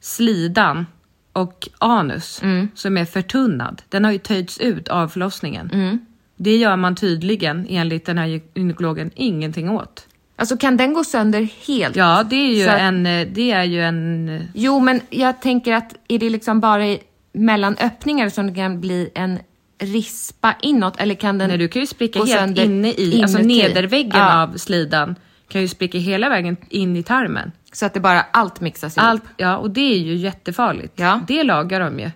[SPEAKER 2] slidan och anus
[SPEAKER 1] Mm.
[SPEAKER 2] som är förtunnad. Den har ju töjts ut av förlossningen.
[SPEAKER 1] Mm.
[SPEAKER 2] Det gör man tydligen, enligt den här gynekologen, ingenting åt.
[SPEAKER 1] Alltså kan den gå sönder helt?
[SPEAKER 2] Ja, det är ju,
[SPEAKER 1] Så att-
[SPEAKER 2] en, eh, det är ju en... eh,
[SPEAKER 1] Jo, men jag tänker att är det liksom bara i, mellan öppningar som det kan bli en rispa inåt eller kan den
[SPEAKER 2] Nej, du kan ju spricka
[SPEAKER 1] gå
[SPEAKER 2] helt
[SPEAKER 1] sönder
[SPEAKER 2] inne i, alltså
[SPEAKER 1] inuti?
[SPEAKER 2] nederväggen
[SPEAKER 1] Ja,
[SPEAKER 2] av slidan kan ju spricka hela vägen in i tarmen.
[SPEAKER 1] Så att det bara allt mixas ihop?
[SPEAKER 2] Allt, ja, och det är ju jättefarligt.
[SPEAKER 1] Ja. Mm.
[SPEAKER 2] Det lagar de ju.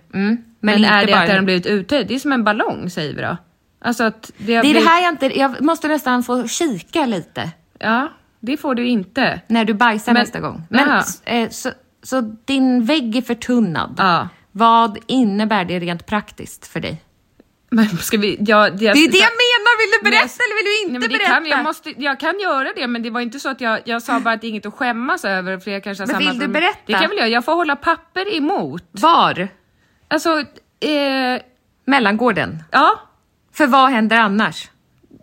[SPEAKER 2] Men,
[SPEAKER 1] inte
[SPEAKER 2] är det
[SPEAKER 1] bara-
[SPEAKER 2] att den har blivit uttöjd? Det är som en ballong säger vi då. Alltså att det, har
[SPEAKER 1] Det är det
[SPEAKER 2] blivit-
[SPEAKER 1] här jag inte... Jag måste nästan få kika lite
[SPEAKER 2] Ja, det får du inte.
[SPEAKER 1] när du bajsar
[SPEAKER 2] Men-
[SPEAKER 1] nästa gång. Men,
[SPEAKER 2] Jaha.
[SPEAKER 1] s- eh, så, så din vägg är förtunnad.
[SPEAKER 2] Ja.
[SPEAKER 1] Vad innebär det rent praktiskt för dig?
[SPEAKER 2] Men ska vi... Ja, det,
[SPEAKER 1] Det är det jag menar! Vill du
[SPEAKER 2] Men
[SPEAKER 1] berätta
[SPEAKER 2] jag-
[SPEAKER 1] eller vill du
[SPEAKER 2] Nej,
[SPEAKER 1] inte
[SPEAKER 2] men det
[SPEAKER 1] berätta?
[SPEAKER 2] Kan, jag, måste, jag kan göra det, men det var inte så att jag, jag sa bara att det är inget att skämmas över. För jag kanske har
[SPEAKER 1] Men
[SPEAKER 2] samma
[SPEAKER 1] vill du
[SPEAKER 2] problem.
[SPEAKER 1] berätta?
[SPEAKER 2] Det kan väl jag. Jag får hålla papper emot.
[SPEAKER 1] Var?
[SPEAKER 2] Alltså, eh,
[SPEAKER 1] Mellangården.
[SPEAKER 2] ja.
[SPEAKER 1] För vad händer annars?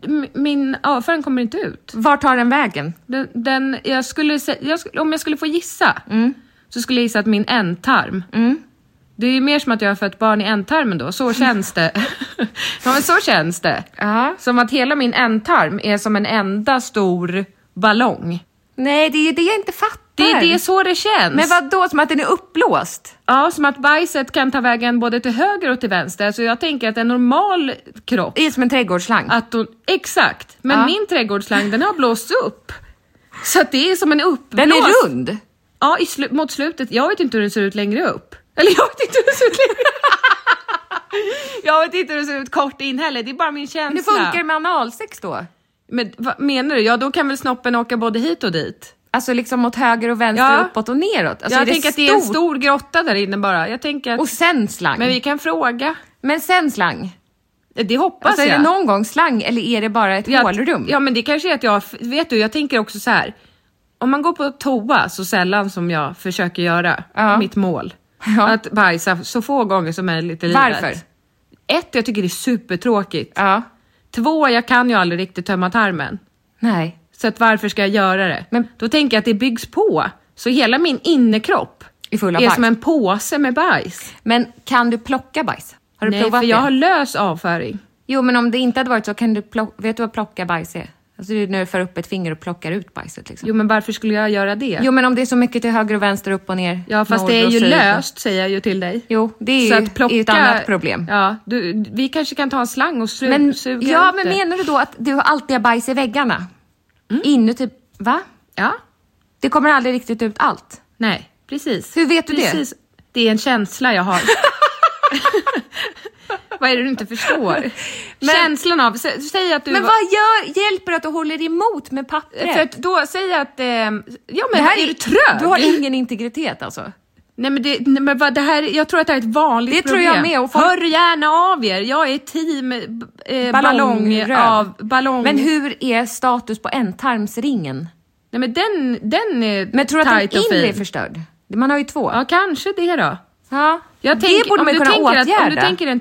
[SPEAKER 2] m- Min avföring kommer inte ut.
[SPEAKER 1] Var tar den vägen?
[SPEAKER 2] Den, den, jag skulle, sä- jag, skulle- om jag skulle få gissa,
[SPEAKER 1] Mm.
[SPEAKER 2] så skulle jag gissa att min ändtarm. Det är ju mer som att jag har fött barn i ändtarmen då, så känns det. ja men så känns det.
[SPEAKER 1] Ja.
[SPEAKER 2] Som att hela min ändtarm är som en enda stor ballong.
[SPEAKER 1] Nej, det är ju det jag inte fattar.
[SPEAKER 2] Det, är- det är så det känns.
[SPEAKER 1] Men vad då som att den är uppblåst?
[SPEAKER 2] Ja, som att bajset kan ta vägen både till höger och till vänster. Så jag tänker att en normal kropp,
[SPEAKER 1] I som en trädgårdsslang?
[SPEAKER 2] att hon, exakt. Men
[SPEAKER 1] Ja.
[SPEAKER 2] min trädgårdsslang den har blåsts upp. Så att det är som en uppblåst.
[SPEAKER 1] den är rund.
[SPEAKER 2] Ja, i slu- mot slutet. Jag vet inte hur den ser ut längre upp. Eller jag vet inte hur den ser ut längre Jag vet inte hur den ser ut kort in heller, det är bara min känsla.
[SPEAKER 1] Men hur funkar det med analsex då?
[SPEAKER 2] Men vad menar du? Ja, då kan väl snoppen åka både hit och dit?
[SPEAKER 1] Alltså liksom åt höger och vänster,
[SPEAKER 2] Ja.
[SPEAKER 1] uppåt och neråt? Alltså
[SPEAKER 2] jag
[SPEAKER 1] är det
[SPEAKER 2] tänker att det är en
[SPEAKER 1] stort?
[SPEAKER 2] stor grotta där inne bara. Jag tänker att...
[SPEAKER 1] Och sen slang?
[SPEAKER 2] Men vi kan fråga.
[SPEAKER 1] Men sen slang?
[SPEAKER 2] Det hoppas
[SPEAKER 1] Alltså är
[SPEAKER 2] jag.
[SPEAKER 1] det någon gång slang eller är det bara ett
[SPEAKER 2] jag,
[SPEAKER 1] hålrum?
[SPEAKER 2] Ja, men det kanske är att jag... Vet du, jag tänker också så här. Om man går på toa så sällan som jag försöker göra,
[SPEAKER 1] Ja.
[SPEAKER 2] mitt mål.
[SPEAKER 1] Ja.
[SPEAKER 2] Att bajsa så få gånger som möjligt i livet.
[SPEAKER 1] Varför?
[SPEAKER 2] Ett, jag tycker det är supertråkigt.
[SPEAKER 1] Ja.
[SPEAKER 2] Två, jag kan ju aldrig riktigt tömma tarmen.
[SPEAKER 1] Nej.
[SPEAKER 2] Så att varför ska jag göra det?
[SPEAKER 1] Men-
[SPEAKER 2] Då tänker jag att det byggs på. Så hela min innekropp
[SPEAKER 1] Är full av
[SPEAKER 2] är
[SPEAKER 1] bajs.
[SPEAKER 2] som en påse med bajs.
[SPEAKER 1] Men kan du plocka bajs? Har du
[SPEAKER 2] Nej,
[SPEAKER 1] provat
[SPEAKER 2] för
[SPEAKER 1] det?
[SPEAKER 2] jag har lös avföring.
[SPEAKER 1] Jo, men om det inte hade varit så, kan du plock... vet du vad plocka bajs är? Alltså det är när du för upp ett finger och plockar ut bajset liksom.
[SPEAKER 2] Jo, men varför skulle jag göra det?
[SPEAKER 1] Jo, men om det är så mycket till höger och vänster, upp och ner.
[SPEAKER 2] ja, fast
[SPEAKER 1] norr
[SPEAKER 2] det är
[SPEAKER 1] och
[SPEAKER 2] ju
[SPEAKER 1] syd.
[SPEAKER 2] löst säger jag ju till dig.
[SPEAKER 1] Jo, det är
[SPEAKER 2] Så
[SPEAKER 1] ju
[SPEAKER 2] att plocka-
[SPEAKER 1] är ett annat problem.
[SPEAKER 2] Ja, du, vi kanske kan ta en slang och su-
[SPEAKER 1] men,
[SPEAKER 2] suga
[SPEAKER 1] ja,
[SPEAKER 2] ut
[SPEAKER 1] men
[SPEAKER 2] det.
[SPEAKER 1] menar du då att du alltid har bajs i väggarna?
[SPEAKER 2] Mm.
[SPEAKER 1] Inuti... Va?
[SPEAKER 2] Ja,
[SPEAKER 1] Det kommer aldrig riktigt ut allt.
[SPEAKER 2] nej, precis.
[SPEAKER 1] Hur vet du det?
[SPEAKER 2] precis. det? Det är en känsla jag har. Vad är det du inte förstår? Känslan av, sä, säg att du...
[SPEAKER 1] Men
[SPEAKER 2] var-
[SPEAKER 1] vad gör, hjälper det att du håller emot med pappret?
[SPEAKER 2] För att då, säg att... Eh, ja men
[SPEAKER 1] Det här
[SPEAKER 2] är, du trög? Eh,
[SPEAKER 1] Du har ingen integritet alltså?
[SPEAKER 2] Nej men, det, nej, men vad, det här, jag tror att det här är ett vanligt
[SPEAKER 1] Det tror
[SPEAKER 2] problem.
[SPEAKER 1] jag med, och folk-
[SPEAKER 2] Hör gärna av er, jag är team eh, ballong,
[SPEAKER 1] Ballongröv.
[SPEAKER 2] av ballong.
[SPEAKER 1] Men hur är status på ändtarmsringen?
[SPEAKER 2] Nej men den, den är
[SPEAKER 1] Men tror du att
[SPEAKER 2] tight
[SPEAKER 1] den
[SPEAKER 2] och
[SPEAKER 1] inre är
[SPEAKER 2] fin.
[SPEAKER 1] förstörd? Man har ju två.
[SPEAKER 2] Ja kanske det då.
[SPEAKER 1] Ja.
[SPEAKER 2] Jag tänker-
[SPEAKER 1] det borde
[SPEAKER 2] om
[SPEAKER 1] man
[SPEAKER 2] du
[SPEAKER 1] kunna
[SPEAKER 2] tänker
[SPEAKER 1] åtgärda.
[SPEAKER 2] att- Om du tänker en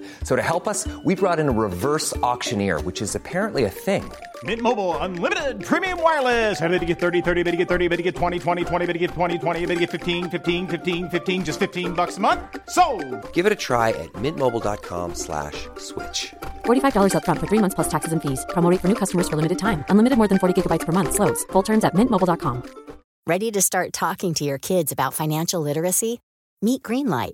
[SPEAKER 3] So to help us, we brought in a reverse auctioneer, which is apparently a thing.
[SPEAKER 4] Mint Mobile unlimited premium wireless. Ready to get 30, 30, bit to get 30, bit to get 20, 20, 20, bit to get 20, 20, bit to get 15, 15, 15, 15 just 15 bucks a month. Sold.
[SPEAKER 3] Give it a try at mintmobile.com slash switch.
[SPEAKER 5] $45 upfront for three months plus taxes and fees. Promo rate for new customers for limited time. Unlimited more than 40 gigabytes per month. Slows. Full terms at mintmobile.com.
[SPEAKER 6] Ready to start talking to your kids about financial literacy? Meet Greenlight,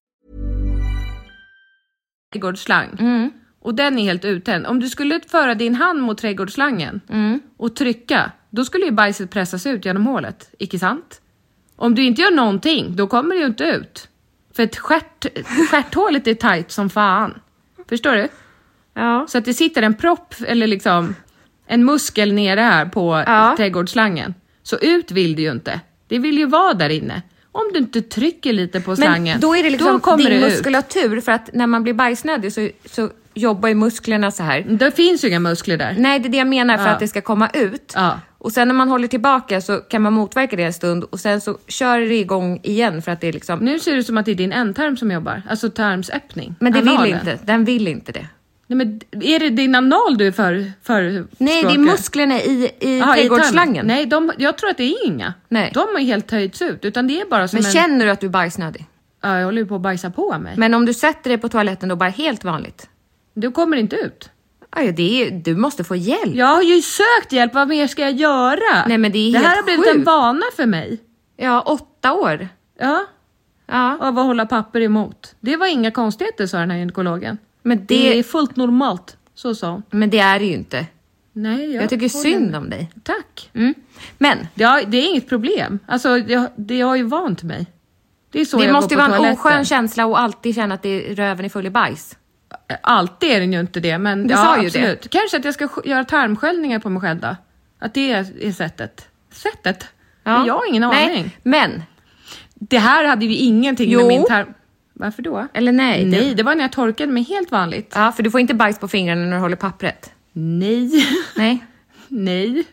[SPEAKER 2] trädgårdsslang
[SPEAKER 1] Mm.
[SPEAKER 2] och den är helt uttänd. Om du skulle föra din hand mot trädgårdsslangen
[SPEAKER 1] Mm.
[SPEAKER 2] och trycka, då skulle ju bajset pressas ut genom hålet. Icke sant? Om du inte gör någonting, då kommer det ju inte ut. För ett stjärt, stjärthålet är tajt som fan. Förstår du?
[SPEAKER 1] Ja.
[SPEAKER 2] Så att det sitter en propp, eller liksom en muskel nere här på
[SPEAKER 1] Ja.
[SPEAKER 2] trädgårdsslangen. Så ut vill det ju inte. Det vill ju vara där inne. Om du inte trycker lite på slangen,
[SPEAKER 1] Men då är det liksom
[SPEAKER 2] kommer
[SPEAKER 1] din
[SPEAKER 2] det ut.
[SPEAKER 1] muskulatur, för att när man blir bajsnödig så, så jobbar ju musklerna så här.
[SPEAKER 2] Det finns ju inga muskler där.
[SPEAKER 1] Nej, det är det jag menar för
[SPEAKER 2] Ja.
[SPEAKER 1] att det ska komma ut.
[SPEAKER 2] Ja.
[SPEAKER 1] Och sen när man håller tillbaka så kan man motverka det en stund och sen så kör det igång igen för att det är liksom...
[SPEAKER 2] Nu ser det ut som att det är din ändtarm som jobbar, alltså tarmsöppning.
[SPEAKER 1] Men det vill
[SPEAKER 2] Analen.
[SPEAKER 1] inte. Den vill inte det.
[SPEAKER 2] Nej, men är det din anal du är för, för
[SPEAKER 1] Nej, det är musklerna i, i trädgårdsslangen.
[SPEAKER 2] Nej, de, jag tror att det är inga.
[SPEAKER 1] Nej.
[SPEAKER 2] De har ju helt höjts ut, utan det är bara som
[SPEAKER 1] Men
[SPEAKER 2] en...
[SPEAKER 1] känner du att du är bajsnödig?
[SPEAKER 2] Ja, jag håller ju på att bajsa på mig.
[SPEAKER 1] Men om du sätter dig på toaletten då bara helt vanligt?
[SPEAKER 2] Du kommer inte ut.
[SPEAKER 1] Aj, Ah, det är, du måste få hjälp.
[SPEAKER 2] Jag har ju sökt hjälp, vad mer ska jag göra?
[SPEAKER 1] Nej, men det är
[SPEAKER 2] det här
[SPEAKER 1] helt
[SPEAKER 2] har blivit en
[SPEAKER 1] sjukt.
[SPEAKER 2] vana för mig.
[SPEAKER 1] Ja, åtta år.
[SPEAKER 2] Ja,
[SPEAKER 1] Ja.
[SPEAKER 2] av att hålla papper emot. Det var inga konstigheter, sa den här gynekologen.
[SPEAKER 1] Men
[SPEAKER 2] Det,
[SPEAKER 1] det,
[SPEAKER 2] är fullt normalt, så sa hon.
[SPEAKER 1] men det är det ju inte.
[SPEAKER 2] Nej, jag,
[SPEAKER 1] Jag tycker
[SPEAKER 2] håller
[SPEAKER 1] synd
[SPEAKER 2] med.
[SPEAKER 1] om dig.
[SPEAKER 2] Tack.
[SPEAKER 1] Mm. Men
[SPEAKER 2] Det, har, det är inget problem. Alltså, det, det har ju vant mig. Det är så
[SPEAKER 1] det
[SPEAKER 2] jag
[SPEAKER 1] måste ju
[SPEAKER 2] går på
[SPEAKER 1] vara en
[SPEAKER 2] toaletten.
[SPEAKER 1] oskön känsla att alltid känna att det är röven är full i bajs.
[SPEAKER 2] Alltid är den ju inte det, men
[SPEAKER 1] Du
[SPEAKER 2] ja,
[SPEAKER 1] sa ju
[SPEAKER 2] absolut. Kanske att jag ska sk- göra tarmsköljningar på mig själv då? Att det är är sättet. Sättet? Men jag har ingen
[SPEAKER 1] Nej,
[SPEAKER 2] aning.
[SPEAKER 1] Men,
[SPEAKER 2] Det här hade ju ingenting
[SPEAKER 1] Jo.
[SPEAKER 2] med min tarm... Varför då?
[SPEAKER 1] eller nej. det-
[SPEAKER 2] Nej, det var när jag torkade mig helt vanligt.
[SPEAKER 1] Ja, för du får inte bajs på fingrarna när du håller pappret.
[SPEAKER 2] Nej.
[SPEAKER 1] Nej.
[SPEAKER 2] Nej.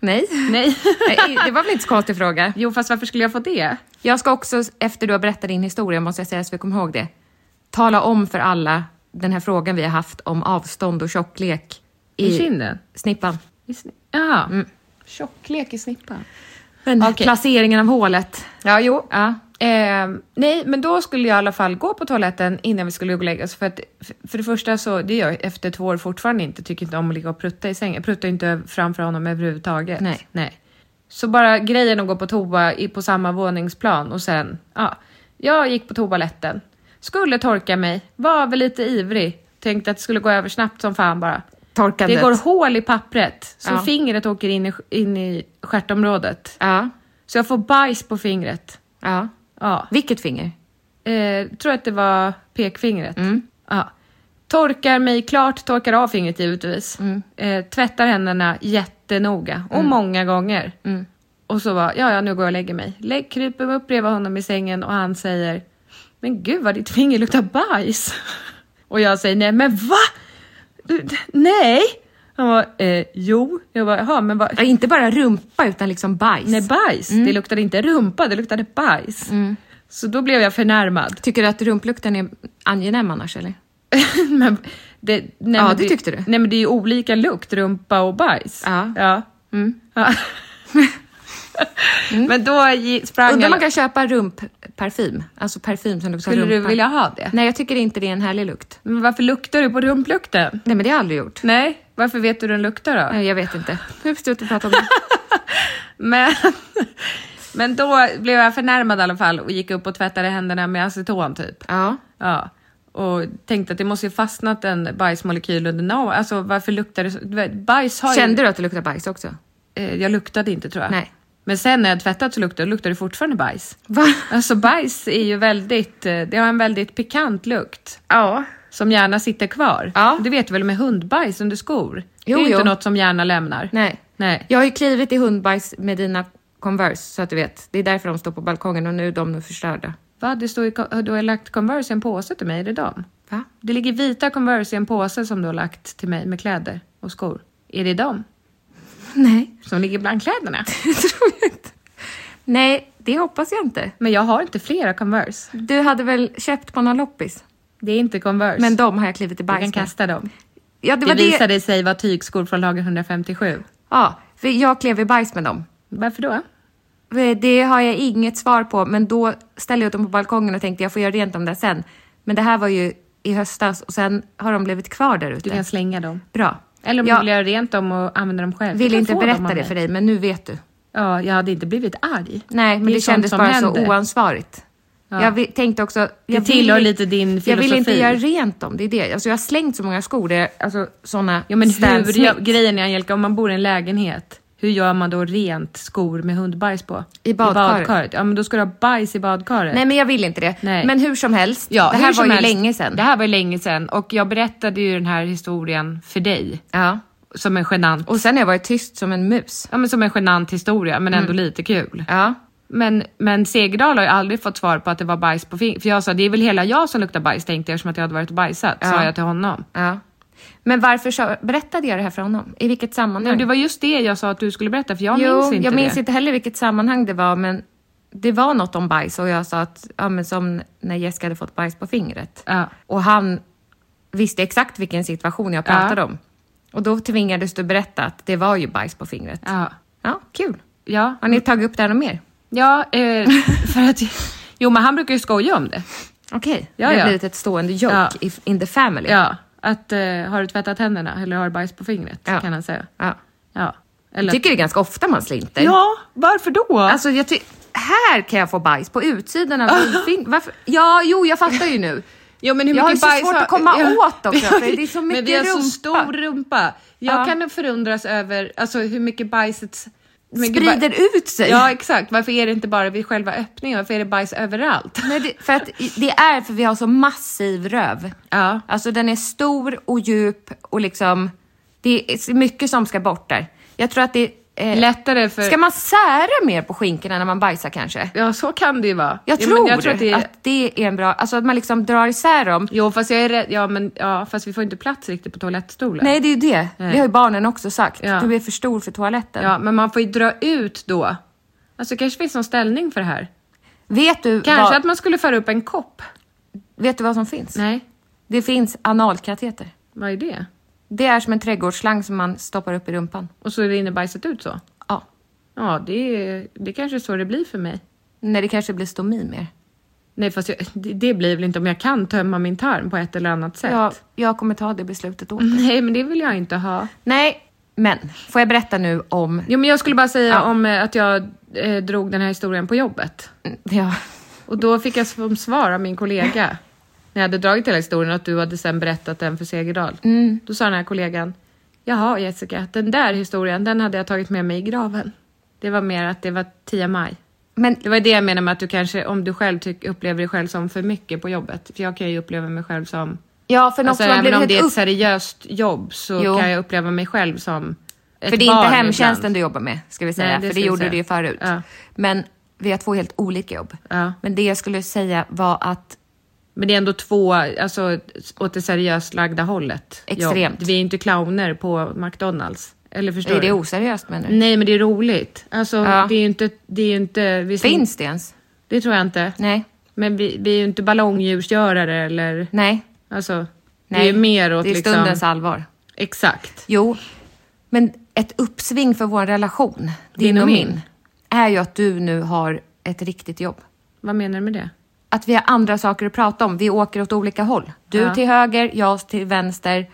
[SPEAKER 1] Nej.
[SPEAKER 2] Nej.
[SPEAKER 1] Nej, det var väl inte så konstig fråga.
[SPEAKER 2] Jo, fast varför skulle jag få det?
[SPEAKER 1] Jag ska också, efter du har berättat din historia, måste jag säga så vi kommer ihåg det. Tala om för alla den här frågan vi har haft om avstånd och tjocklek
[SPEAKER 2] I
[SPEAKER 1] i
[SPEAKER 2] kinden?
[SPEAKER 1] snippan. Mm.
[SPEAKER 2] I sni- Jaha. Tjocklek i snippan.
[SPEAKER 1] Men
[SPEAKER 2] Okej.
[SPEAKER 1] placeringen av hålet.
[SPEAKER 2] Ja, jo.
[SPEAKER 1] Ja.
[SPEAKER 2] Ehm, nej, men då skulle jag i alla fall gå på toaletten innan vi skulle gå och lägga oss. För, att, för- för det första så, det gör jag efter två år fortfarande inte, tycker inte om att ligga och prutta i sängen. Jag pruttar inte över- framför honom överhuvudtaget.
[SPEAKER 1] Nej.
[SPEAKER 2] nej. Så bara grejen att gå på toa i, på samma våningsplan och sen, ja. Jag gick på toaletten, skulle torka mig, var väl lite ivrig. Tänkte att det skulle gå över snabbt som fan bara.
[SPEAKER 1] Torkandet.
[SPEAKER 2] Det går hål i pappret, så
[SPEAKER 1] Ja.
[SPEAKER 2] fingret åker in i, in i stjärtområdet.
[SPEAKER 1] Ja.
[SPEAKER 2] Så jag får bajs på fingret.
[SPEAKER 1] ja.
[SPEAKER 2] Ja.
[SPEAKER 1] Vilket finger?
[SPEAKER 2] Eh, tror att det var pekfingret. Ja. Torkar mig klart, torkar av fingret givetvis. Eh, tvättar händerna jättenoga och många gånger. Och så var ja, ja, nu går jag och lägger mig. Lägg, kryper upp bredvid honom i sängen och han säger, men gud vad ditt finger luktar bajs. och jag säger, nej men va? Du, d- nej! Han var eh, jo. Jag bara, jaha, men vad?
[SPEAKER 1] Ja, inte bara rumpa utan liksom bajs.
[SPEAKER 2] Nej, bajs. Det luktade inte rumpa, det luktade bajs. Så då blev jag förnärmad.
[SPEAKER 1] Tycker du att rumplukten är angenäm annars eller?
[SPEAKER 2] men det, nej,
[SPEAKER 1] Ja,
[SPEAKER 2] men
[SPEAKER 1] det tyckte du.
[SPEAKER 2] Nej, men det är ju olika lukt, rumpa och bajs.
[SPEAKER 1] Ja. Mm.
[SPEAKER 2] ja. Ja. Men då gi- sprang
[SPEAKER 1] Undrar om
[SPEAKER 2] jag...
[SPEAKER 1] man kan köpa rumpparfym? Alltså parfym som luktar
[SPEAKER 2] Skulle
[SPEAKER 1] rumpa.
[SPEAKER 2] du vilja ha det?
[SPEAKER 1] Nej, jag tycker inte det är en härlig lukt.
[SPEAKER 2] Men varför luktar du på rumplukten?
[SPEAKER 1] Nej, men det har jag aldrig gjort.
[SPEAKER 2] Nej, varför vet du hur den luktar då?
[SPEAKER 1] Nej, jag vet inte. Nu slutar vi prata om det.
[SPEAKER 2] Men, men då blev jag förnärmad i alla fall och gick upp och tvättade händerna med aceton typ.
[SPEAKER 1] Ja.
[SPEAKER 2] Ja. Och tänkte att det måste ju fastnat en bajsmolekyl under no, Alltså varför luktar det så? du vet, Bajs har
[SPEAKER 1] Kände du att det luktade bajs också?
[SPEAKER 2] ju... Eh, Jag luktade inte tror jag.
[SPEAKER 1] Nej.
[SPEAKER 2] Men sen när jag tvättat så luktade, luktade det fortfarande bajs.
[SPEAKER 1] Va?
[SPEAKER 2] Alltså bajs är ju väldigt, eh, det har en väldigt pikant lukt.
[SPEAKER 1] Ja.
[SPEAKER 2] Som gärna sitter kvar.
[SPEAKER 1] Ja.
[SPEAKER 2] Det vet du väl med hundbajs under skor?
[SPEAKER 1] Jo,
[SPEAKER 2] det är ju
[SPEAKER 1] jo.
[SPEAKER 2] inte något som gärna lämnar.
[SPEAKER 1] Nej.
[SPEAKER 2] Nej.
[SPEAKER 1] Jag har ju klivit i hundbajs med dina Converse, så att du vet. Det är därför de står på balkongen och nu är de nu förstörda.
[SPEAKER 2] Va? Det står ju, du har lagt Converse i en påse till mig, är det dem?
[SPEAKER 1] Va?
[SPEAKER 2] Det ligger vita Converse i en påse som du har lagt till mig med kläder och skor. Är det dem?
[SPEAKER 1] Nej,
[SPEAKER 2] Som ligger bland kläderna?
[SPEAKER 1] det tror jag inte. Nej, det hoppas jag inte.
[SPEAKER 2] Men jag har inte flera Converse.
[SPEAKER 1] Du hade väl köpt på någon loppis?
[SPEAKER 2] Det är inte Converse.
[SPEAKER 1] Men de har jag klivit i
[SPEAKER 2] Du
[SPEAKER 1] bajs
[SPEAKER 2] kan
[SPEAKER 1] med.
[SPEAKER 2] kasta dem.
[SPEAKER 1] Ja, det
[SPEAKER 2] Det
[SPEAKER 1] var det.
[SPEAKER 2] visade sig vara tygskor från lager 157.
[SPEAKER 1] Ja, för jag klev i bajs med dem. Eh,
[SPEAKER 2] Varför då?
[SPEAKER 1] Det har jag inget svar på, men då ställde jag ut dem på balkongen och tänkte jag får göra rent dem där sen. Men det här var ju i höstas och sen har de blivit kvar där
[SPEAKER 2] Du
[SPEAKER 1] ute.
[SPEAKER 2] kan slänga dem.
[SPEAKER 1] Bra.
[SPEAKER 2] Eller om du
[SPEAKER 1] Jag
[SPEAKER 2] vill göra rent dem och använda dem själv. Du
[SPEAKER 1] ville
[SPEAKER 2] kan
[SPEAKER 1] inte
[SPEAKER 2] få dem
[SPEAKER 1] berätta
[SPEAKER 2] av
[SPEAKER 1] det
[SPEAKER 2] mig.
[SPEAKER 1] för dig, men nu vet du.
[SPEAKER 2] Ja, jag hade inte blivit arg.
[SPEAKER 1] Nej, men
[SPEAKER 2] är
[SPEAKER 1] det,
[SPEAKER 2] sånt
[SPEAKER 1] kändes
[SPEAKER 2] som
[SPEAKER 1] bara
[SPEAKER 2] händer.
[SPEAKER 1] så oansvarigt. Jag vi- tänkte också... Jag
[SPEAKER 2] tillhör lite din
[SPEAKER 1] Jag vill inte
[SPEAKER 2] filosofi.
[SPEAKER 1] göra rent dem, det är det. Alltså, jag har slängt så många skor, det är, alltså sådana
[SPEAKER 2] Ja, men
[SPEAKER 1] Stan
[SPEAKER 2] hur, jag,
[SPEAKER 1] Smith.
[SPEAKER 2] grejen är Angelica, om man bor i en lägenhet, hur gör man då rent skor med hundbajs på?
[SPEAKER 1] I badkaret.
[SPEAKER 2] Ja, men då ska du ha bajs i badkaret.
[SPEAKER 1] Nej, men jag vill inte det.
[SPEAKER 2] Nej.
[SPEAKER 1] Men hur som helst,
[SPEAKER 2] Ja,
[SPEAKER 1] det
[SPEAKER 2] hur
[SPEAKER 1] här
[SPEAKER 2] som
[SPEAKER 1] var ju
[SPEAKER 2] helst.
[SPEAKER 1] länge sedan.
[SPEAKER 2] Det här var ju länge sedan och jag berättade ju den här historien för dig
[SPEAKER 1] Ja.
[SPEAKER 2] som en genant,
[SPEAKER 1] Och sen har jag varit tyst som en mus. Mm.
[SPEAKER 2] ja, men som en genant historia, men ändå lite kul.
[SPEAKER 1] Ja.
[SPEAKER 2] Men, men Segerdal har ju aldrig fått svar på att det var bajs på fingret. För jag sa, det är väl hela jag som luktar bajs tänkte jag eftersom att jag hade varit och bajsat, sa jag till honom.
[SPEAKER 1] Ja. Men varför så, berättade jag det här för honom? I vilket sammanhang?
[SPEAKER 2] Men det var just det jag sa att du skulle berätta för jag
[SPEAKER 1] jo,
[SPEAKER 2] minns inte
[SPEAKER 1] jag minns
[SPEAKER 2] det.
[SPEAKER 1] inte heller vilket sammanhang det var, men det var något om bajs och jag sa att, ja men som när Jessica hade fått bajs på fingret.
[SPEAKER 2] Ja.
[SPEAKER 1] Och han visste exakt vilken situation jag pratade
[SPEAKER 2] Ja.
[SPEAKER 1] om. Och då tvingades du berätta att det var ju bajs på fingret.
[SPEAKER 2] Ja.
[SPEAKER 1] Ja, kul.
[SPEAKER 2] Ja,
[SPEAKER 1] Har ni tagit upp det här något mer?
[SPEAKER 2] Ja, eh, för att... Jo, men han brukar ju skoja om det.
[SPEAKER 1] Okej,
[SPEAKER 2] Ja,
[SPEAKER 1] det
[SPEAKER 2] ja.
[SPEAKER 1] har blivit ett stående joke
[SPEAKER 2] Ja.
[SPEAKER 1] i- in the family.
[SPEAKER 2] Ja, att eh, har du tvättat händerna eller har du bajs på fingret?
[SPEAKER 1] Ja.
[SPEAKER 2] Kan han säga.
[SPEAKER 1] Ja.
[SPEAKER 2] Ja.
[SPEAKER 1] Jag
[SPEAKER 2] Eller
[SPEAKER 1] tycker det är ganska ofta man slinter.
[SPEAKER 2] ja, varför då?
[SPEAKER 1] Alltså jag ty- här kan jag få bajs, på utsidan av min fing- Varför? Ja, jo jag fattar ju nu.
[SPEAKER 2] jo, men hur
[SPEAKER 1] jag har
[SPEAKER 2] mycket
[SPEAKER 1] ju så
[SPEAKER 2] bajs
[SPEAKER 1] svårt att komma
[SPEAKER 2] Ja.
[SPEAKER 1] åt också, för det är så
[SPEAKER 2] Men vi
[SPEAKER 1] mycket
[SPEAKER 2] har så
[SPEAKER 1] rumpa.
[SPEAKER 2] stor rumpa. Jag
[SPEAKER 1] Ja.
[SPEAKER 2] kan nog förundras över alltså, hur mycket bajset... hur mycket
[SPEAKER 1] Sprider
[SPEAKER 2] baj-
[SPEAKER 1] ut sig.
[SPEAKER 2] Ja, exakt. Varför är det inte bara vid själva öppningen? Varför är det bajs överallt?
[SPEAKER 1] Nej, det, för att i- det är för vi har så massiv röv.
[SPEAKER 2] Ja.
[SPEAKER 1] Alltså den är stor och djup och liksom, det är s- mycket som ska bort där. Jag tror att det är... eh,
[SPEAKER 2] Lättare för...
[SPEAKER 1] Ska man sära mer på skinkorna när man bajsar kanske?
[SPEAKER 2] Ja, så kan det ju vara.
[SPEAKER 1] Jag,
[SPEAKER 2] Jo, men
[SPEAKER 1] tror,
[SPEAKER 2] jag tror att det är...
[SPEAKER 1] är en bra, alltså att man liksom drar isär dem.
[SPEAKER 2] Jo, fast jag är rädd. Ja, men ja, fast vi får inte plats riktigt på toalettstolen.
[SPEAKER 1] Nej, det är ju det. Det har ju barnen också sagt.
[SPEAKER 2] Ja.
[SPEAKER 1] Du är för stor för toaletten.
[SPEAKER 2] Ja, men man får ju dra ut då. Alltså kanske finns någon ställning för det här.
[SPEAKER 1] Vet, du
[SPEAKER 2] Kanske
[SPEAKER 1] vad,
[SPEAKER 2] att man skulle föra upp en kopp.
[SPEAKER 1] vet du vad som finns?
[SPEAKER 2] Nej,
[SPEAKER 1] Det finns analkateter.
[SPEAKER 2] vad är det?
[SPEAKER 1] Det är som en trädgårdsslang som man stoppar upp i rumpan.
[SPEAKER 2] Och så rinner bajset ut så?
[SPEAKER 1] Ja.
[SPEAKER 2] Ja, det, är- det kanske är så det blir för mig.
[SPEAKER 1] När det kanske blir stomi mer.
[SPEAKER 2] Nej, fast jag, det, det blir väl inte om jag kan tömma min tarm på ett eller annat sätt.
[SPEAKER 1] Jag, jag kommer ta det beslutet åt dig.
[SPEAKER 2] Nej, men det vill jag inte ha.
[SPEAKER 1] Mm. Nej, men får jag berätta nu om...
[SPEAKER 2] Jo, men jag skulle bara säga
[SPEAKER 1] Ja.
[SPEAKER 2] om eh, att jag eh, drog den här historien på jobbet.
[SPEAKER 1] Ja.
[SPEAKER 2] Och då fick jag som svar av min kollega, när jag hade dragit hela historien, att du hade sen berättat den för Segerdahl.
[SPEAKER 1] Mm.
[SPEAKER 2] Då sa den här kollegan, jaha Jessica, den där historien, den hade jag tagit med mig i graven. Det var mer att det var 10 maj.
[SPEAKER 1] Men
[SPEAKER 2] Det var det jag menar med att du kanske, om du själv tyck, upplever dig själv som för mycket på jobbet, för jag kan ju uppleva mig själv som...
[SPEAKER 1] Ja, för något
[SPEAKER 2] alltså,
[SPEAKER 1] som har
[SPEAKER 2] även
[SPEAKER 1] blivit
[SPEAKER 2] om det är
[SPEAKER 1] helt
[SPEAKER 2] ett
[SPEAKER 1] upp-
[SPEAKER 2] seriöst jobb så
[SPEAKER 1] Jo.
[SPEAKER 2] kan jag uppleva mig själv som ett
[SPEAKER 1] För det är inte
[SPEAKER 2] barn
[SPEAKER 1] hemtjänsten
[SPEAKER 2] ibland.
[SPEAKER 1] du jobbar med, ska vi säga.
[SPEAKER 2] Nej, det
[SPEAKER 1] för
[SPEAKER 2] ska
[SPEAKER 1] det
[SPEAKER 2] vi
[SPEAKER 1] gjorde
[SPEAKER 2] säga.
[SPEAKER 1] du ju förut.
[SPEAKER 2] Ja.
[SPEAKER 1] Men vi har två helt olika jobb.
[SPEAKER 2] Ja.
[SPEAKER 1] Men det jag skulle säga var att
[SPEAKER 2] Men det är ändå två, alltså åt det seriöst lagda hållet.
[SPEAKER 1] Extremt.
[SPEAKER 2] Ja, vi är inte clowner på McDonalds. Eller förstår
[SPEAKER 1] är det
[SPEAKER 2] du?
[SPEAKER 1] oseriöst menar du?
[SPEAKER 2] Nej, men det är roligt. Alltså,
[SPEAKER 1] Ja.
[SPEAKER 2] det är ju inte... Det är ju inte vi som-
[SPEAKER 1] Finns det ens?
[SPEAKER 2] Det tror jag inte.
[SPEAKER 1] Nej.
[SPEAKER 2] Men vi, vi är ju inte ballongdjursgörare eller...
[SPEAKER 1] Nej.
[SPEAKER 2] Alltså, det är mer åt
[SPEAKER 1] det är
[SPEAKER 2] liksom-
[SPEAKER 1] stundens allvar.
[SPEAKER 2] Exakt.
[SPEAKER 1] Jo, men ett uppsving för vår relation, din
[SPEAKER 2] Din och
[SPEAKER 1] och
[SPEAKER 2] min.
[SPEAKER 1] min, är ju att du nu har ett riktigt jobb.
[SPEAKER 2] Vad menar du med det?
[SPEAKER 1] Att vi har andra saker att prata om. Vi åker åt olika håll. Du
[SPEAKER 2] Ja.
[SPEAKER 1] till höger, jag till vänster.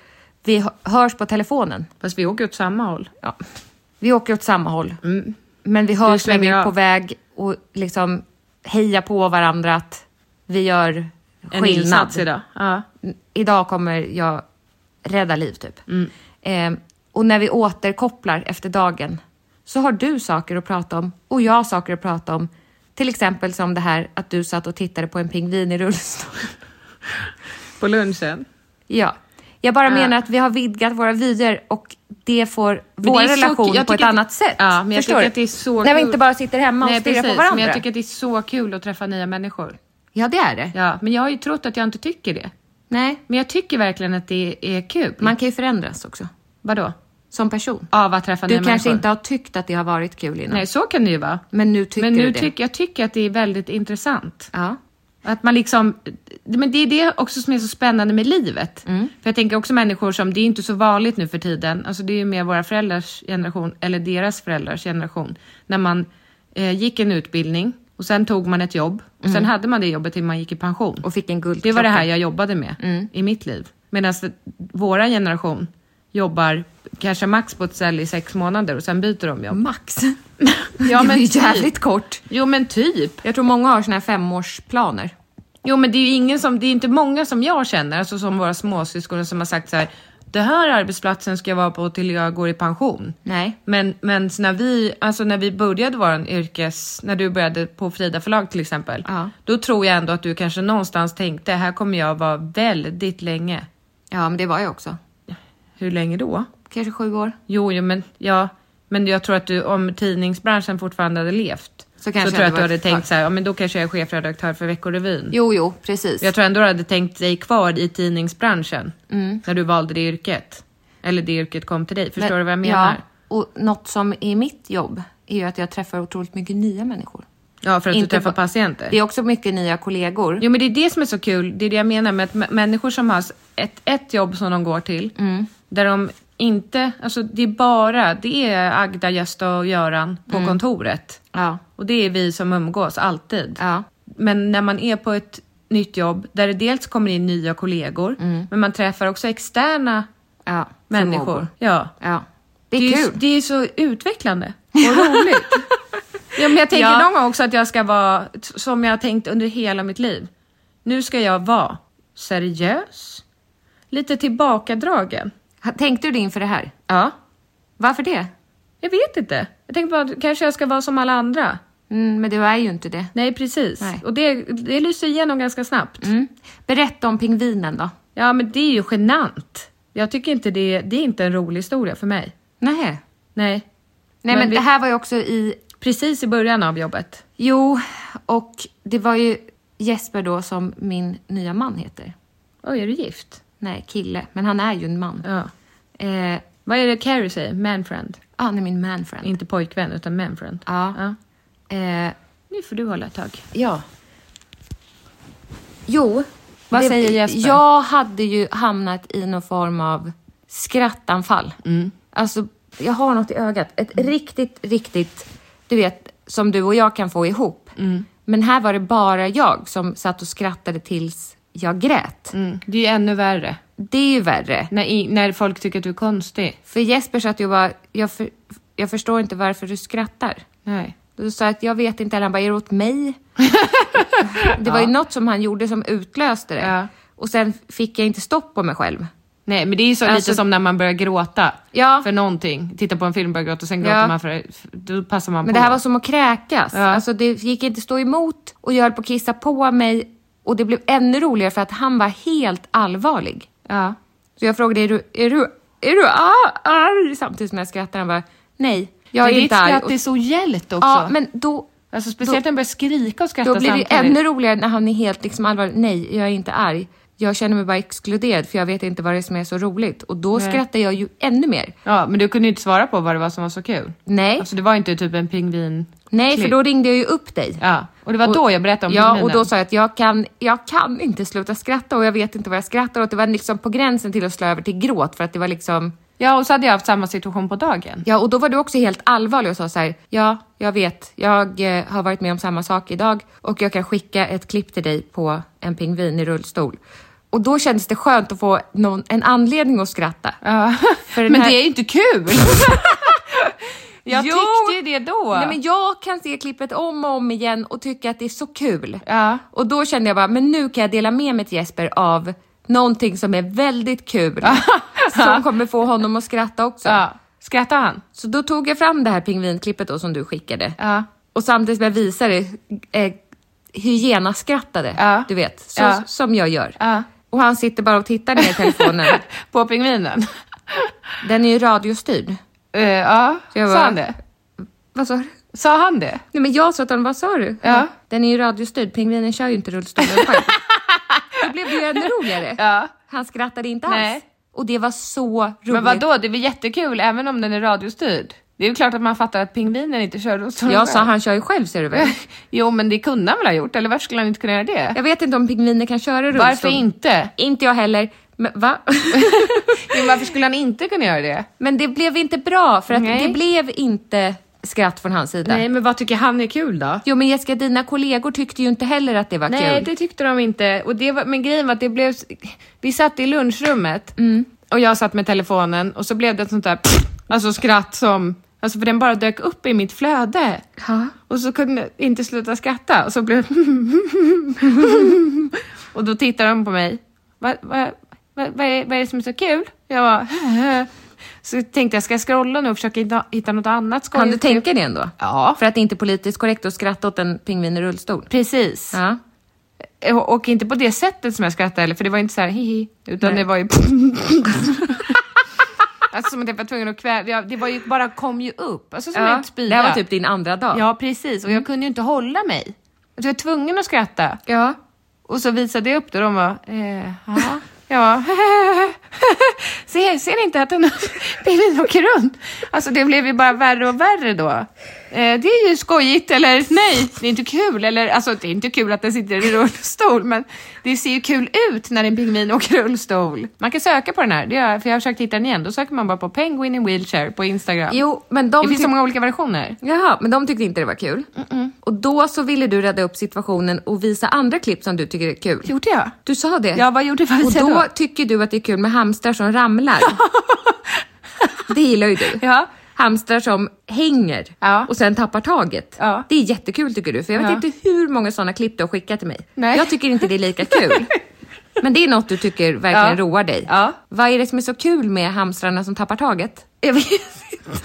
[SPEAKER 1] Vi hö- hörs på telefonen.
[SPEAKER 2] Fast vi åker åt samma håll.
[SPEAKER 1] Ja. Vi åker åt samma håll. Men vi hörs när
[SPEAKER 2] Mm. slänger
[SPEAKER 1] vi är
[SPEAKER 2] av.
[SPEAKER 1] på väg och liksom hejar på varandra att vi gör
[SPEAKER 2] En insats
[SPEAKER 1] skillnad.
[SPEAKER 2] idag. Ja.
[SPEAKER 1] N- idag kommer jag rädda liv typ.
[SPEAKER 2] Mm.
[SPEAKER 1] Eh, och när vi återkopplar efter dagen så har du saker att prata om och jag har saker att prata om. Till exempel som det här att du satt och tittade på en pingvin i rullstol.
[SPEAKER 2] På lunchen.
[SPEAKER 1] ja. Jag bara menar att vi har vidgat våra vyer och det får
[SPEAKER 2] Men
[SPEAKER 1] vår
[SPEAKER 2] det är så
[SPEAKER 1] relation
[SPEAKER 2] kul. Jag
[SPEAKER 1] på ett
[SPEAKER 2] tycker att-
[SPEAKER 1] annat sätt.
[SPEAKER 2] Ja, men jag
[SPEAKER 1] Förstår
[SPEAKER 2] tycker
[SPEAKER 1] du?
[SPEAKER 2] att det är så
[SPEAKER 1] När vi
[SPEAKER 2] kul.
[SPEAKER 1] inte bara sitter hemma och
[SPEAKER 2] Nej,
[SPEAKER 1] stirrar
[SPEAKER 2] precis,
[SPEAKER 1] på varandra.
[SPEAKER 2] Men jag tycker att det är så kul att träffa nya människor.
[SPEAKER 1] Ja, det är det.
[SPEAKER 2] Ja, men jag har ju trott att jag inte tycker det.
[SPEAKER 1] Nej,
[SPEAKER 2] Men jag tycker verkligen att det är kul.
[SPEAKER 1] man kan ju förändras också.
[SPEAKER 2] Vadå?
[SPEAKER 1] Som person.
[SPEAKER 2] Av att träffa
[SPEAKER 1] Du
[SPEAKER 2] nya
[SPEAKER 1] kanske
[SPEAKER 2] människor.
[SPEAKER 1] inte har tyckt att det har varit kul innan.
[SPEAKER 2] Nej, så kan det ju vara.
[SPEAKER 1] Men nu tycker
[SPEAKER 2] men nu
[SPEAKER 1] du det.
[SPEAKER 2] tycker jag tycker att det är väldigt intressant.
[SPEAKER 1] Ja.
[SPEAKER 2] Att man liksom, men det är det också som är så spännande med livet.
[SPEAKER 1] Mm.
[SPEAKER 2] För jag tänker också människor som, det är inte så vanligt nu för tiden, alltså det är ju mer våra föräldrars generation, eller deras föräldrars generation, när man eh, gick en utbildning och sen tog man ett jobb och sen hade man det jobbet till man gick i pension.
[SPEAKER 1] Mm. Och fick en Mm. guldklocka.
[SPEAKER 2] det var det här jag jobbade med i mitt liv. Medan våra generation jobbar kanske max på ett ställe i sex månader och sen byter de jobb.
[SPEAKER 1] Max.
[SPEAKER 2] Ja, men
[SPEAKER 1] det är
[SPEAKER 2] typ.
[SPEAKER 1] ju jävligt kort.
[SPEAKER 2] Jo men typ.
[SPEAKER 1] Jag tror många har såna här femårsplaner.
[SPEAKER 2] Jo men det är ju ingen som, det är inte många som jag känner, alltså som våra småsyskon som har sagt så här, det här arbetsplatsen ska jag vara på till jag går i pension.
[SPEAKER 1] Nej.
[SPEAKER 2] Men, men så när, vi, alltså när vi började vår yrkes, när du började på Frida förlag till exempel,
[SPEAKER 1] Ja.
[SPEAKER 2] då tror jag ändå att du kanske någonstans tänkte, här kommer jag vara väldigt länge.
[SPEAKER 1] Ja, men det var jag också.
[SPEAKER 2] Hur länge då?
[SPEAKER 1] Kanske sju år.
[SPEAKER 2] Jo, jo men, ja, men jag tror att du, om tidningsbranschen fortfarande hade levt,
[SPEAKER 1] Så kanske
[SPEAKER 2] tror jag
[SPEAKER 1] jag
[SPEAKER 2] att du
[SPEAKER 1] hade
[SPEAKER 2] hade
[SPEAKER 1] varit-
[SPEAKER 2] tänkt så här, ja, men då kanske jag är chefredaktör för Veckorevyn.
[SPEAKER 1] Jo, jo, precis.
[SPEAKER 2] Jag tror ändå du hade tänkt dig kvar i tidningsbranschen när du valde det yrket. Eller det yrket kom till dig. Förstår
[SPEAKER 1] Mm. Men-
[SPEAKER 2] du vad jag menar?
[SPEAKER 1] Ja, och något som är mitt jobb är ju att jag träffar otroligt mycket nya människor.
[SPEAKER 2] Ja, för att
[SPEAKER 1] Inte
[SPEAKER 2] du träffar
[SPEAKER 1] ba-
[SPEAKER 2] patienter.
[SPEAKER 1] Det är också mycket nya kollegor.
[SPEAKER 2] Jo, men det är det som är så kul. Det är det jag menar med att mä- människor som har s- ett, ett jobb som de går till,
[SPEAKER 1] Mm.
[SPEAKER 2] där de inte, alltså det är bara, det är Agda, Gösta och Göran på kontoret.
[SPEAKER 1] Mm. Ja.
[SPEAKER 2] Och det är vi som umgås alltid.
[SPEAKER 1] Ja.
[SPEAKER 2] Men när man är på ett nytt jobb där det dels kommer in nya kollegor, men man träffar också externa
[SPEAKER 1] Mm. Ja,
[SPEAKER 2] människor.
[SPEAKER 1] förmågor.
[SPEAKER 2] Ja.
[SPEAKER 1] Ja. Det är,
[SPEAKER 2] ju-
[SPEAKER 1] kul.
[SPEAKER 2] det är så utvecklande och roligt. ja, men jag tänker
[SPEAKER 1] Ja.
[SPEAKER 2] någon gång också att jag ska vara, t- som jag har tänkt under hela mitt liv. Nu ska jag vara seriös, lite tillbakadragen.
[SPEAKER 1] Ha- Tänkte du det inför det här?
[SPEAKER 2] Ja,
[SPEAKER 1] Varför det?
[SPEAKER 2] jag vet inte. Jag tänkte bara, kanske jag ska vara som alla andra.
[SPEAKER 1] Mm, men du är ju inte det.
[SPEAKER 2] Nej, precis.
[SPEAKER 1] Nej.
[SPEAKER 2] Och det, det lyser igenom ganska snabbt.
[SPEAKER 1] Mm. Berätta om pingvinen då.
[SPEAKER 2] Ja, men det är ju genant. Jag tycker inte det, det är inte en rolig historia för mig.
[SPEAKER 1] Nej.
[SPEAKER 2] Nej,
[SPEAKER 1] Nej, men,
[SPEAKER 2] Men vi-
[SPEAKER 1] det här var ju också i
[SPEAKER 2] precis i början av jobbet.
[SPEAKER 1] Jo, och det var ju Jesper då som min nya man heter.
[SPEAKER 2] Oj, är du gift?
[SPEAKER 1] Nej, kille, men han är ju en man.
[SPEAKER 2] Ja.
[SPEAKER 1] Eh,
[SPEAKER 2] Vad är det Carrie säger? Manfriend.
[SPEAKER 1] ah, han är min manfriend.
[SPEAKER 2] Inte pojkvän, utan manfriend.
[SPEAKER 1] Ja.
[SPEAKER 2] ja.
[SPEAKER 1] Eh,
[SPEAKER 2] Nu får du hålla ett tag.
[SPEAKER 1] ja. Jo.
[SPEAKER 2] Vad säger Jesper?
[SPEAKER 1] Jag hade ju hamnat i någon form av skrattanfall.
[SPEAKER 2] Mm.
[SPEAKER 1] Alltså, jag har något i ögat. Ett riktigt, riktigt, du vet, som du och jag kan få ihop.
[SPEAKER 2] Mm.
[SPEAKER 1] Men här var det bara jag som satt och skrattade tills jag grät.
[SPEAKER 2] Det är ju ännu värre.
[SPEAKER 1] Det är ju värre.
[SPEAKER 2] Mm. När, i, när folk tycker att du är konstig.
[SPEAKER 1] För Jesper satt ju och bara, jag, för, jag förstår inte varför du skrattar.
[SPEAKER 2] Nej.
[SPEAKER 1] Då sa jag att jag vet inte, eller han bara, är det åt mig? det var ju något som han gjorde som utlöste det.
[SPEAKER 2] Ja.
[SPEAKER 1] Och sen fick jag inte stopp på mig själv.
[SPEAKER 2] Nej, men det är ju så
[SPEAKER 1] Alltså-
[SPEAKER 2] lite som när man börjar gråta
[SPEAKER 1] Ja.
[SPEAKER 2] för någonting. Titta på en film och börjar gråta och sen gråter
[SPEAKER 1] Ja.
[SPEAKER 2] man för för- Då passar man på.
[SPEAKER 1] Men det här var som att kräkas.
[SPEAKER 2] Ja.
[SPEAKER 1] Alltså det gick inte stå emot och jag höll på att kissa på mig. Och det blev ännu roligare för att han var helt allvarlig.
[SPEAKER 2] Ja.
[SPEAKER 1] Så jag frågade, är du, är du, är du a- arg? Samtidigt som jag skrattade. Han bara, nej, jag är
[SPEAKER 2] För
[SPEAKER 1] inte
[SPEAKER 2] ditt
[SPEAKER 1] arg.
[SPEAKER 2] skratt
[SPEAKER 1] Och-
[SPEAKER 2] är så gällt också.
[SPEAKER 1] Ja, men då...
[SPEAKER 2] alltså, speciellt när man börjar skrika och skratta
[SPEAKER 1] Då blir det ju
[SPEAKER 2] samtidigt.
[SPEAKER 1] ännu roligare när han är helt liksom allvarlig. Nej, jag är inte arg. Jag känner mig bara exkluderad för jag vet inte vad det är som är så roligt. Och då skrattar jag ju ännu mer.
[SPEAKER 2] Ja, men du kunde ju inte svara på vad det var som var så kul.
[SPEAKER 1] Nej,
[SPEAKER 7] Alltså,
[SPEAKER 2] Alltså det var inte typ en pingvin...
[SPEAKER 1] nej för då ringde jag ju upp dig.
[SPEAKER 2] Ja, och
[SPEAKER 7] Och det var då jag berättade om
[SPEAKER 1] Ja,
[SPEAKER 7] pingvinen.
[SPEAKER 1] och då sa jag att jag kan, jag kan inte sluta skratta och jag vet inte vad jag skrattar åt. Det var liksom på gränsen till att slå över till gråt för att det var liksom...
[SPEAKER 7] Ja, och så hade jag haft samma situation på dagen.
[SPEAKER 1] Ja, och då var du också helt allvarlig och sa så här, ja, jag vet, jag eh, har varit med om samma sak idag och jag kan skicka ett klipp till dig på en pingvin i rullstol. Och då kändes det skönt att få någon, en anledning att skratta.
[SPEAKER 7] Ja.
[SPEAKER 1] För den
[SPEAKER 7] Men
[SPEAKER 1] här-
[SPEAKER 7] det är ju inte kul! jag
[SPEAKER 1] Jo.
[SPEAKER 7] tyckte ju det då.
[SPEAKER 1] Nej, men jag kan se klippet om och om igen och tycka att det är så kul.
[SPEAKER 7] Ja.
[SPEAKER 1] Och då kände jag bara, men nu kan jag dela med mig till Jesper av någonting som är väldigt kul. som kommer få honom att skratta också.
[SPEAKER 7] ja. Skrattar han?
[SPEAKER 1] Så då tog jag fram det här pingvinklippet då som du skickade.
[SPEAKER 7] Ja.
[SPEAKER 1] Och samtidigt som jag visade eh, hyenaskratade,
[SPEAKER 7] Ja.
[SPEAKER 1] du vet, så,
[SPEAKER 7] Ja.
[SPEAKER 1] som jag gör.
[SPEAKER 7] Ja.
[SPEAKER 1] Och han sitter bara och tittar ner i telefonen.
[SPEAKER 7] På pingvinen?
[SPEAKER 1] Den är ju radiostyrd.
[SPEAKER 7] Eh, ja,
[SPEAKER 1] Så jag
[SPEAKER 7] sa
[SPEAKER 1] bara-
[SPEAKER 7] han det?
[SPEAKER 1] Vad sa du?
[SPEAKER 7] Sa han det?
[SPEAKER 1] Nej men jag sa till honom, vad sa du?
[SPEAKER 7] Ja.
[SPEAKER 1] Den är ju radiostyrd, pingvinen kör ju inte rullstolen själv. Då blev det ju ännu roligare.
[SPEAKER 7] Ja.
[SPEAKER 1] Han skrattade inte
[SPEAKER 7] Nej.
[SPEAKER 1] alls. Och det var så roligt.
[SPEAKER 7] Men vadå, det är väl jättekul även om den är radiostyrd? Det är ju klart att man fattar att pingvinen inte kör rullstol
[SPEAKER 1] Jag sa,
[SPEAKER 7] själv.
[SPEAKER 1] han kör ju själv ser du väl?
[SPEAKER 7] Jo, men det kunde han väl ha gjort? Eller varför skulle han inte kunna göra det?
[SPEAKER 1] Jag vet inte om pingviner kan köra rullstol.
[SPEAKER 7] Varför inte?
[SPEAKER 1] Inte jag heller. Men, va?
[SPEAKER 7] Men varför skulle han inte kunna göra det?
[SPEAKER 1] Men det blev inte bra för att
[SPEAKER 7] Nej.
[SPEAKER 1] det blev inte skratt från hans sida.
[SPEAKER 2] Nej, men vad tycker han är kul då?
[SPEAKER 1] Jo men Jessica, dina kollegor tyckte ju inte heller att det var
[SPEAKER 2] Nej,
[SPEAKER 1] kul.
[SPEAKER 2] det tyckte de inte. Och det var, men grejen var att det blev... Vi satt i lunchrummet
[SPEAKER 1] Mm.
[SPEAKER 2] och jag satt med telefonen och så blev det ett sånt där alltså skratt som... Alltså för den bara dök upp i mitt flöde.
[SPEAKER 1] Ja.
[SPEAKER 2] Och så kunde jag inte sluta skratta och så blev Och då tittar de på mig. Vad va, va, va är, vad är det som är så kul? Jag bara... Så tänkte jag, ska jag scrolla nu och försöka hitta, hitta något annat skoj?
[SPEAKER 1] Kan du tänka det ändå?
[SPEAKER 2] Ja.
[SPEAKER 1] För att det inte är politiskt korrekt att skratta åt en pingvin i rullstol.
[SPEAKER 2] Precis.
[SPEAKER 1] Ja.
[SPEAKER 2] Och, och inte på det sättet som jag skrattade heller, för det var inte så här hihi, utan
[SPEAKER 1] Nej.
[SPEAKER 2] det var ju... alltså som att jag var tvungen att kvä... Ja, det var ju bara kom ju upp, alltså som
[SPEAKER 1] Ja.
[SPEAKER 2] en spya.
[SPEAKER 1] Det här var typ din andra dag.
[SPEAKER 2] Ja, precis. Och jag kunde ju inte hålla mig. Alltså, Jag var tvungen att skratta.
[SPEAKER 1] Ja.
[SPEAKER 2] Och så visade jag upp det och de bara, eh, ja. Ja, ser, ser ni inte att den bilen åker runt? Alltså det blev ju bara värre och värre då. Eh, det är ju skojigt eller nej, det är inte kul. Eller alltså det är inte kul att den sitter i rullstol, men det ser ju kul ut när en pingvin åker rullstol. Man kan söka på den här, det gör, jag, för jag har försökt hitta den igen. Då söker man bara på penguin in wheelchair på Instagram.
[SPEAKER 1] Jo, men
[SPEAKER 2] det
[SPEAKER 1] de
[SPEAKER 2] finns så
[SPEAKER 1] tyck-
[SPEAKER 2] många olika versioner.
[SPEAKER 1] Jaha, men de tyckte inte det var kul. Och då så ville du rädda upp situationen och visa andra klipp som du tycker är kul.
[SPEAKER 2] Gjorde jag?
[SPEAKER 1] Du sa det.
[SPEAKER 2] Ja, vad gjorde
[SPEAKER 1] Och
[SPEAKER 2] Felicia
[SPEAKER 1] då,
[SPEAKER 2] då?
[SPEAKER 1] tycker du att det är kul med hamstrar som ramlar. det gillar ju du.
[SPEAKER 2] Ja.
[SPEAKER 1] Hamstrar som hänger
[SPEAKER 2] Ja.
[SPEAKER 1] och sen tappar taget.
[SPEAKER 2] Ja.
[SPEAKER 1] Det är jättekul tycker du, för jag vet
[SPEAKER 2] Ja.
[SPEAKER 1] inte hur många sådana klipp du har skickat till mig.
[SPEAKER 2] Nej.
[SPEAKER 1] Jag tycker inte det är lika kul. Men det är något du tycker verkligen
[SPEAKER 2] Ja.
[SPEAKER 1] roar dig.
[SPEAKER 2] Ja.
[SPEAKER 1] Vad är det som är så kul med hamstrarna som tappar taget? Jag vet inte.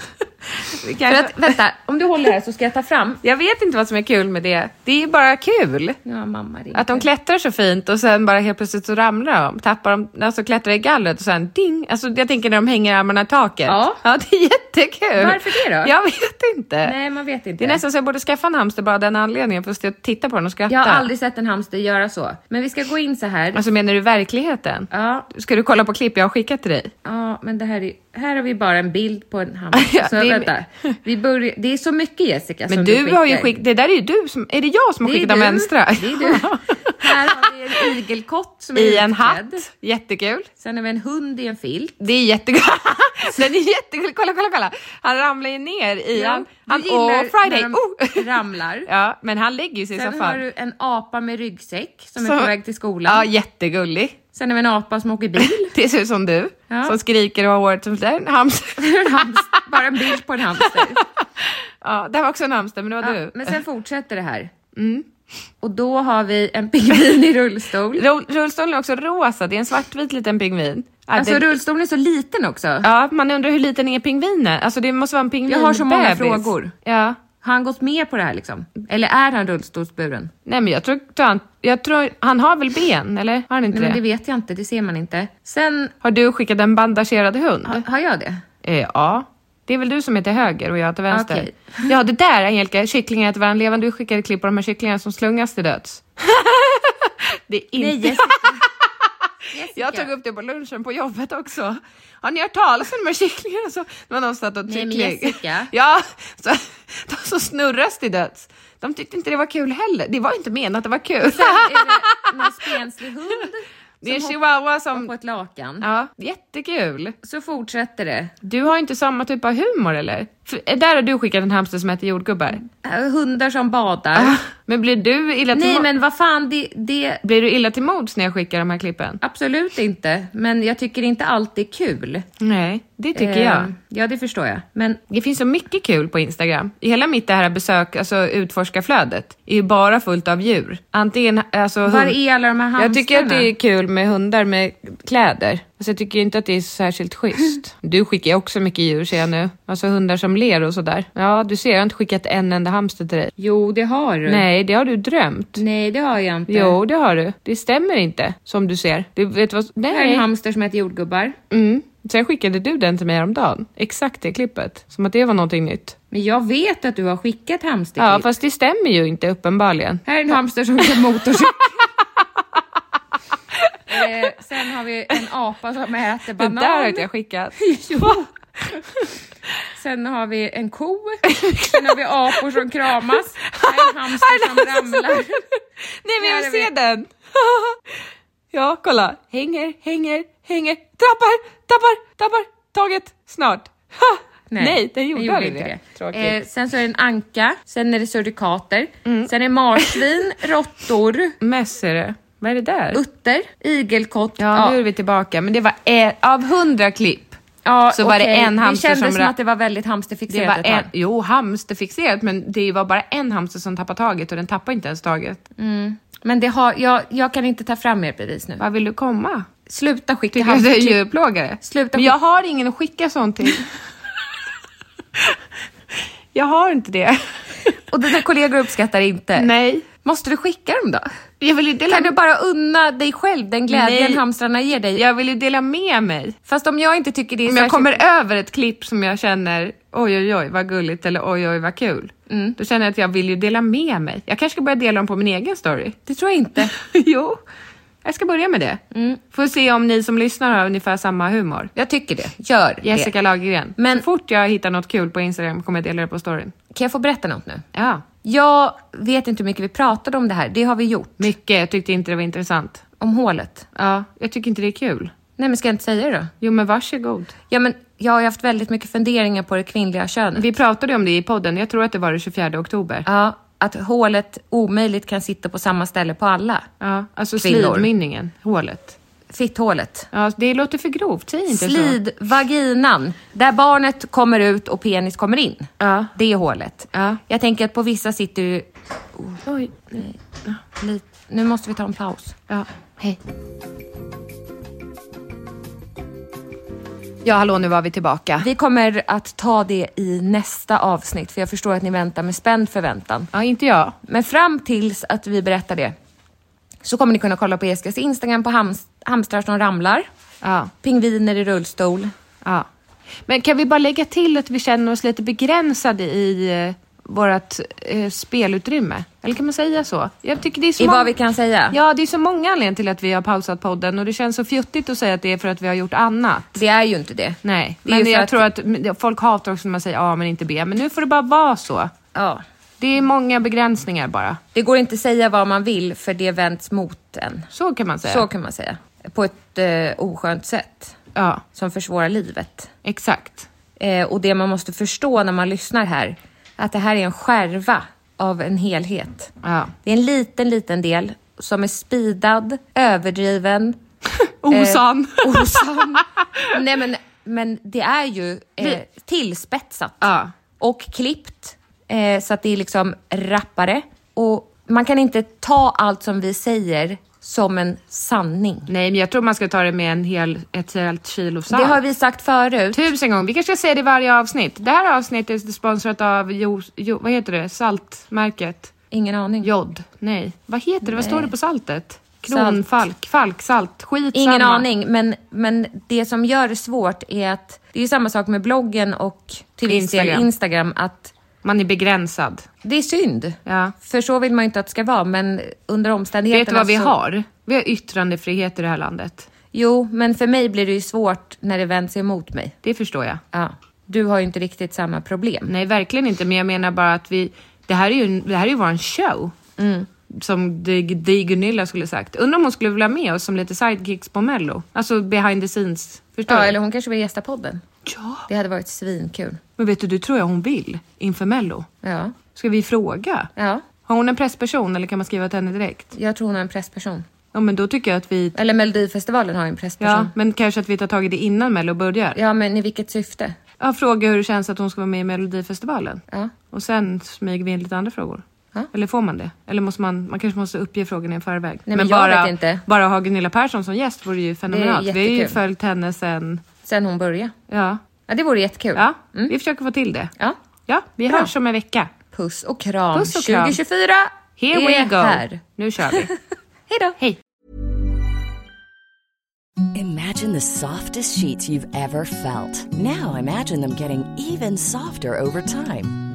[SPEAKER 1] För att, vänta, om du håller här så ska jag ta fram.
[SPEAKER 2] Jag vet inte vad som är kul med det. Det är ju bara kul.
[SPEAKER 1] Ja, mamma ringer.
[SPEAKER 2] Att de klättrar så fint och sen bara helt plötsligt så ramlar de. Tappar de, alltså klättrar i gallret och sen ding. Alltså jag tänker när de hänger armarna i taket.
[SPEAKER 1] Ja.
[SPEAKER 2] det är jättekul.
[SPEAKER 1] Varför det då?
[SPEAKER 2] Jag vet inte.
[SPEAKER 1] Nej, man vet inte.
[SPEAKER 2] Det är nästan så jag borde skaffa en hamster bara av den anledningen. För att jag tittar på den och skratta.
[SPEAKER 1] Jag har aldrig sett en hamster göra så. Men vi ska gå in så här.
[SPEAKER 2] Alltså menar du verkligheten?
[SPEAKER 1] Ja,
[SPEAKER 2] Ska du kolla på klipp jag har skickat till dig?
[SPEAKER 1] ja, men det här är Här har vi bara en bild på en hamster.
[SPEAKER 2] Ja,
[SPEAKER 1] så
[SPEAKER 2] det är-
[SPEAKER 1] vänta. Vi börjar, det är så mycket Jessica som
[SPEAKER 2] Men du, har ju
[SPEAKER 1] skickar.
[SPEAKER 2] skickat, det där är ju du som, är det jag som har
[SPEAKER 1] Det är
[SPEAKER 2] skickat de
[SPEAKER 1] du.
[SPEAKER 2] vänstra?
[SPEAKER 1] Det är du. Här har vi en igelkott som är
[SPEAKER 2] I en
[SPEAKER 1] utklädd.
[SPEAKER 2] hatt, jättekul.
[SPEAKER 1] Sen har vi en hund i en filt.
[SPEAKER 2] Det är jättekul. Den är jättekul. Kolla, kolla, kolla. Han ramlar ju ner i
[SPEAKER 1] Ja,
[SPEAKER 2] han.
[SPEAKER 1] du
[SPEAKER 2] han
[SPEAKER 1] gillar
[SPEAKER 2] åh, Friday.
[SPEAKER 1] när de
[SPEAKER 2] Oh.
[SPEAKER 1] ramlar.
[SPEAKER 2] Ja, men han lägger ju sig i
[SPEAKER 1] Sen har
[SPEAKER 2] soffan.
[SPEAKER 1] du en apa med ryggsäck som
[SPEAKER 2] Så-
[SPEAKER 1] är på väg till
[SPEAKER 2] Ja,
[SPEAKER 1] skolan.
[SPEAKER 2] jättegullig.
[SPEAKER 1] Sen har vi en apa som åker bil.
[SPEAKER 2] Det ser ut som du,
[SPEAKER 1] Ja.
[SPEAKER 2] som skriker och har håret som den. Hamster.
[SPEAKER 1] En hamster. Bara en bild på en hamster.
[SPEAKER 2] Ja, det var också en hamster, men det var
[SPEAKER 1] Ja,
[SPEAKER 2] du.
[SPEAKER 1] men sen fortsätter det här. Mm. Och då har vi en pingvin i rullstol.
[SPEAKER 2] Rull, rullstolen är också rosa, det är en svartvit liten pingvin. Ja,
[SPEAKER 1] Alltså
[SPEAKER 2] den-
[SPEAKER 1] rullstolen är så liten också.
[SPEAKER 2] ja, man undrar hur liten är pingvinen? Alltså det måste vara en pingvin
[SPEAKER 1] Jag har så många
[SPEAKER 2] bebis.
[SPEAKER 1] frågor.
[SPEAKER 2] Ja.
[SPEAKER 1] Har han gått med på det här liksom? Eller är han rullstolsburen?
[SPEAKER 2] Nej men jag tror, tror han, jag tror, han har väl ben eller? Har han inte
[SPEAKER 1] Nej, men
[SPEAKER 2] det?
[SPEAKER 1] det vet jag inte, det ser man inte. Sen,
[SPEAKER 2] Har du skickat en bandagerad hund?
[SPEAKER 1] ha, har jag det?
[SPEAKER 2] Eh, ja. Det är väl du som är till höger och jag till vänster.
[SPEAKER 1] Okej.
[SPEAKER 2] Ja, det där Angelica, kycklingar äter varandra levande. Du skickade klipp på de här kycklingarna som slungas till döds. det är inte...
[SPEAKER 1] Nej, Jessica. Jessica.
[SPEAKER 2] jag tog upp det på lunchen på jobbet också. Har ni hört talas om de här kycklingarna? Så, det var någon som satt och
[SPEAKER 1] Nej, men
[SPEAKER 2] kyckling.
[SPEAKER 1] Jessica.
[SPEAKER 2] ja, så, de som snurras till döds. De tyckte inte det var kul heller. Det var inte menat att det var kul.
[SPEAKER 1] Sen är det någon spenslig hund
[SPEAKER 2] Det är en
[SPEAKER 1] som
[SPEAKER 2] chihuahua
[SPEAKER 1] hoppar på
[SPEAKER 2] som...
[SPEAKER 1] ett lakan.
[SPEAKER 2] Ja, jättekul.
[SPEAKER 1] Så fortsätter det.
[SPEAKER 2] Du har inte samma typ av humor eller? För, eh, där har du skickat en hamster som äter jordgubbar. Eh,
[SPEAKER 1] Äh, Hundar som badar.
[SPEAKER 2] Men blir du illa till
[SPEAKER 1] Ah. Nej
[SPEAKER 2] mo-
[SPEAKER 1] men vad fan, det, det...
[SPEAKER 2] Blir du illa till mods när jag skickar de här klippen?
[SPEAKER 1] Absolut inte. Men jag tycker inte allt är kul.
[SPEAKER 2] Nej, det tycker
[SPEAKER 1] Eh,
[SPEAKER 2] jag.
[SPEAKER 1] Ja, det förstår jag. Men
[SPEAKER 2] Det finns så mycket kul på Instagram. I hela mitt det här besök, alltså utforskarflödet, är ju bara fullt av djur. Antingen, alltså...
[SPEAKER 1] var
[SPEAKER 2] hund-
[SPEAKER 1] är alla de här hamstrarna?
[SPEAKER 2] Jag tycker att det är kul med hundar med kläder. Alltså jag tycker inte att det är särskilt schysst. Du skickar ju också mycket djur ser jag nu. Alltså hundar som ler och sådär. Ja, du ser, jag har inte skickat en enda hamster till dig.
[SPEAKER 1] Jo, det har du.
[SPEAKER 2] Nej, det har du drömt.
[SPEAKER 1] Nej, det har jag inte.
[SPEAKER 2] Jo, det har du. Det stämmer inte, som du ser. Du vet vad...
[SPEAKER 1] Här är en
[SPEAKER 2] Nej.
[SPEAKER 1] hamster som äter jordgubbar.
[SPEAKER 2] Mm. Sen skickade du den till mig häromdagen. Exakt det klippet. Som att det var någonting nytt.
[SPEAKER 1] Men jag vet att du har skickat hamsterklipp.
[SPEAKER 2] Ja, fast det stämmer ju inte uppenbarligen.
[SPEAKER 1] Här är en hamster som kör motorcykel. eh, sen har vi en apa som äter
[SPEAKER 2] Det
[SPEAKER 1] banan.
[SPEAKER 2] där har inte jag skickat.
[SPEAKER 1] Sen har vi en ko. Sen har vi apor som kramas. Här är en hamster som ramlar.
[SPEAKER 2] Nej men jag vill
[SPEAKER 1] Här
[SPEAKER 2] se
[SPEAKER 1] är vi.
[SPEAKER 2] den! ja, kolla. Hänger, hänger, hänger, tappar, tappar, tappar, taget, snart. Nej, Nej den gjorde, aldrig
[SPEAKER 1] inte
[SPEAKER 2] det. Tråkigt.
[SPEAKER 1] Eh, sen så är det en anka, sen är det surikater,
[SPEAKER 2] Mm.
[SPEAKER 1] sen är det marsvin, råttor,
[SPEAKER 2] Möss är Eh, det. Vad är det där?
[SPEAKER 1] utter, igelkott.
[SPEAKER 2] Ja, nu är vi tillbaka. Men det var en, av hundra klipp
[SPEAKER 1] Ja,
[SPEAKER 2] så var det
[SPEAKER 1] okej.
[SPEAKER 2] en hamster
[SPEAKER 1] Det
[SPEAKER 2] som
[SPEAKER 1] kändes som,
[SPEAKER 2] ra-
[SPEAKER 1] att det var väldigt hamsterfixerat
[SPEAKER 2] Det var
[SPEAKER 1] ett tag.
[SPEAKER 2] en, jo, hamsterfixerat, men det var bara en hamster som tappade taget och den tappade inte ens taget.
[SPEAKER 1] Men det har, jag, jag kan inte ta fram mer bevis nu.
[SPEAKER 2] Var vill du komma?
[SPEAKER 1] Sluta skicka
[SPEAKER 2] Tycker du att jag är
[SPEAKER 1] hamsterklipp.
[SPEAKER 2] djurplågare?
[SPEAKER 1] Sluta
[SPEAKER 2] Men jag har ingen att skicka sånt till. jag har inte det.
[SPEAKER 1] Och dina kollegor uppskattar inte.
[SPEAKER 2] Nej.
[SPEAKER 1] Måste du skicka dem då?
[SPEAKER 2] Jag vill ju dela,
[SPEAKER 1] Kan du bara unna dig själv den glädjen
[SPEAKER 2] Nej.
[SPEAKER 1] hamstrarna ger dig?
[SPEAKER 2] jag vill ju dela med mig.
[SPEAKER 1] Fast om jag inte tycker det är
[SPEAKER 2] Om jag
[SPEAKER 1] särskilt-
[SPEAKER 2] kommer över ett klipp som jag känner oj, oj, oj, vad gulligt eller oj, oj, vad kul.
[SPEAKER 1] Mm.
[SPEAKER 2] Då känner jag att jag vill ju dela med mig. Jag kanske ska börja dela dem på min egen story.
[SPEAKER 1] Det tror jag inte.
[SPEAKER 2] jo, jag ska börja med det. Får se om ni som lyssnar har ungefär samma humor.
[SPEAKER 1] Mm. Jag tycker det. Gör
[SPEAKER 2] Jessica Lagergren.
[SPEAKER 1] Men-
[SPEAKER 2] Så fort jag hittar något kul på Instagram kommer jag dela det på storyn.
[SPEAKER 1] det. Kan jag få berätta något nu?
[SPEAKER 2] Ja,
[SPEAKER 1] Jag vet inte hur mycket vi pratade om det här. Det har vi gjort.
[SPEAKER 2] mycket. Jag tyckte inte det var intressant.
[SPEAKER 1] Om hålet.
[SPEAKER 2] Ja, jag tycker inte det är kul.
[SPEAKER 1] Nej, men ska jag inte säga det då?
[SPEAKER 2] Jo, men varsågod.
[SPEAKER 1] Ja, men jag har ju haft väldigt mycket funderingar på det kvinnliga könet.
[SPEAKER 2] Vi pratade om det i podden. Jag tror att det var den 24 oktober.
[SPEAKER 1] Ja, att hålet omöjligt kan sitta på samma ställe på alla.
[SPEAKER 2] Ja, alltså
[SPEAKER 1] Kvinnor.
[SPEAKER 2] slidmynningen, hålet.
[SPEAKER 1] Fitthålet.
[SPEAKER 2] Ja, det låter för grovt, säg inte så.
[SPEAKER 1] Slidvaginan, där barnet kommer ut och penis kommer in.
[SPEAKER 2] Ja.
[SPEAKER 1] Det är hålet.
[SPEAKER 2] Ja.
[SPEAKER 1] Jag tänker att på vissa sitter ju...
[SPEAKER 2] Oj.
[SPEAKER 1] lite- Nu måste vi ta en paus.
[SPEAKER 2] Ja, hej. Ja, hallå, nu var vi tillbaka.
[SPEAKER 1] Vi kommer att ta det i nästa avsnitt, för jag förstår att ni väntar med spänd förväntan.
[SPEAKER 2] Ja, inte jag.
[SPEAKER 1] Men fram tills att vi berättar det så kommer ni kunna kolla på Eskas Instagram på hams- hamstrar som ramlar,
[SPEAKER 2] Ja,
[SPEAKER 1] pingviner i rullstol.
[SPEAKER 2] ja. Men kan vi bara lägga till att vi känner oss lite begränsade i eh, vårt eh, spelutrymme? Eller kan man säga så? Jag tycker det är så
[SPEAKER 1] I
[SPEAKER 2] många-
[SPEAKER 1] vad vi kan säga.
[SPEAKER 2] Ja, det är så många anledningar till att vi har pausat podden och det känns så fjuttigt att säga att det är för att vi har gjort annat.
[SPEAKER 1] Det är ju inte det.
[SPEAKER 2] Nej,
[SPEAKER 1] Det är
[SPEAKER 2] men
[SPEAKER 1] ju för
[SPEAKER 2] jag
[SPEAKER 1] att-
[SPEAKER 2] tror att m- folk hatar också när man säger A men inte B. Men nu får det bara vara så.
[SPEAKER 1] Ja.
[SPEAKER 2] Det är många begränsningar bara.
[SPEAKER 1] Det går inte att säga vad man vill för det vänds mot en.
[SPEAKER 2] Så kan man säga.
[SPEAKER 1] Så kan man säga. På ett eh, oskönt sätt
[SPEAKER 2] Ja,
[SPEAKER 1] som försvårar livet.
[SPEAKER 2] exakt.
[SPEAKER 1] Eh, och det man måste förstå när man lyssnar här, att det här är en skärva av en helhet.
[SPEAKER 2] Ja.
[SPEAKER 1] Det är en liten, liten del som är spidad, överdriven,
[SPEAKER 2] Osann.
[SPEAKER 1] osann. Nej, men, men det är ju eh,
[SPEAKER 2] Vi-
[SPEAKER 1] tillspetsat
[SPEAKER 2] Ja.
[SPEAKER 1] och klippt eh, så att det är liksom rappare. Och man kan inte ta allt som vi säger som en sanning.
[SPEAKER 2] Nej, men jag tror man ska ta det med en hel, ett helt kilo salt.
[SPEAKER 1] Det har vi sagt förut.
[SPEAKER 2] Tusen gånger. Vi kanske ska säga det i varje avsnitt. Det här avsnittet är sponsrat av, jo, jo, vad heter det, saltmärket.
[SPEAKER 1] Ingen aning.
[SPEAKER 2] Jod. Nej. Vad heter det? Vad står det på saltet?
[SPEAKER 1] Salt.
[SPEAKER 2] Kronfalk, falksalt, skit
[SPEAKER 1] Ingen aning, men, men det som gör det svårt är att det är ju samma sak med bloggen och till viss del
[SPEAKER 2] Instagram.
[SPEAKER 1] Instagram, att
[SPEAKER 2] Man är begränsad.
[SPEAKER 1] det är synd.
[SPEAKER 2] Ja.
[SPEAKER 1] För så vill man ju inte att det ska vara, men under omständigheterna
[SPEAKER 2] Vet du vad vi
[SPEAKER 1] så...
[SPEAKER 2] har? Vi har yttrandefrihet i det här landet.
[SPEAKER 1] Jo, men för mig blir det ju svårt när det vänds emot mig.
[SPEAKER 2] Det förstår jag.
[SPEAKER 1] Ja. Du har ju inte riktigt samma problem.
[SPEAKER 2] Nej, verkligen inte. Men jag menar bara att vi, Det här är ju, det här är ju våran show.
[SPEAKER 1] Mm.
[SPEAKER 2] Som Di- Di Gunilla skulle sagt. Undrar om hon skulle vilja med oss som lite sidekicks på Mello. Alltså behind the scenes. Förstår
[SPEAKER 1] Ja,
[SPEAKER 2] du?
[SPEAKER 1] eller hon kanske vill gästa podden.
[SPEAKER 2] Ja.
[SPEAKER 1] Det hade varit svinkul.
[SPEAKER 2] Men vet du, det tror jag hon vill inför Mello.
[SPEAKER 1] Ja.
[SPEAKER 2] Ska vi fråga?
[SPEAKER 1] Ja.
[SPEAKER 2] Har hon en pressperson eller kan man skriva till henne direkt?
[SPEAKER 1] Jag tror hon är en pressperson.
[SPEAKER 2] Ja, men då tycker jag att vi...
[SPEAKER 1] Eller Melodifestivalen har en
[SPEAKER 2] Ja,
[SPEAKER 1] pressperson.
[SPEAKER 2] men kanske att vi tar tag i det innan Mello börjar.
[SPEAKER 1] Ja, men i vilket syfte?
[SPEAKER 2] Ja, fråga hur det känns att hon ska vara med i Melodifestivalen.
[SPEAKER 1] Ja.
[SPEAKER 2] Och sen smyger vi in lite andra frågor.
[SPEAKER 1] Ja.
[SPEAKER 2] Eller får man det? Eller måste man, man kanske måste uppge frågorna i förväg.
[SPEAKER 1] Nej, men jag
[SPEAKER 2] bara,
[SPEAKER 1] vet inte.
[SPEAKER 2] bara ha Gunilla Persson som gäst vore ju fenomenalt. Vi har ju
[SPEAKER 1] jättekul.
[SPEAKER 2] följt henne sen...
[SPEAKER 1] Sen hon började.
[SPEAKER 2] Ja,
[SPEAKER 1] Ja, det vore jättekul.
[SPEAKER 2] ja vi försöker få till det.
[SPEAKER 1] Ja.
[SPEAKER 2] Ja, vi
[SPEAKER 1] Mm. Bra.
[SPEAKER 2] hörs om en vecka.
[SPEAKER 1] Puss och kram.
[SPEAKER 2] Puss och kram.
[SPEAKER 1] 2024
[SPEAKER 2] Here
[SPEAKER 1] är
[SPEAKER 2] we go!
[SPEAKER 1] här.
[SPEAKER 2] Nu kör vi.
[SPEAKER 1] Hej då.
[SPEAKER 2] Hej!
[SPEAKER 8] Imagine the softest sheets you've ever felt. Now imagine them getting even softer over time.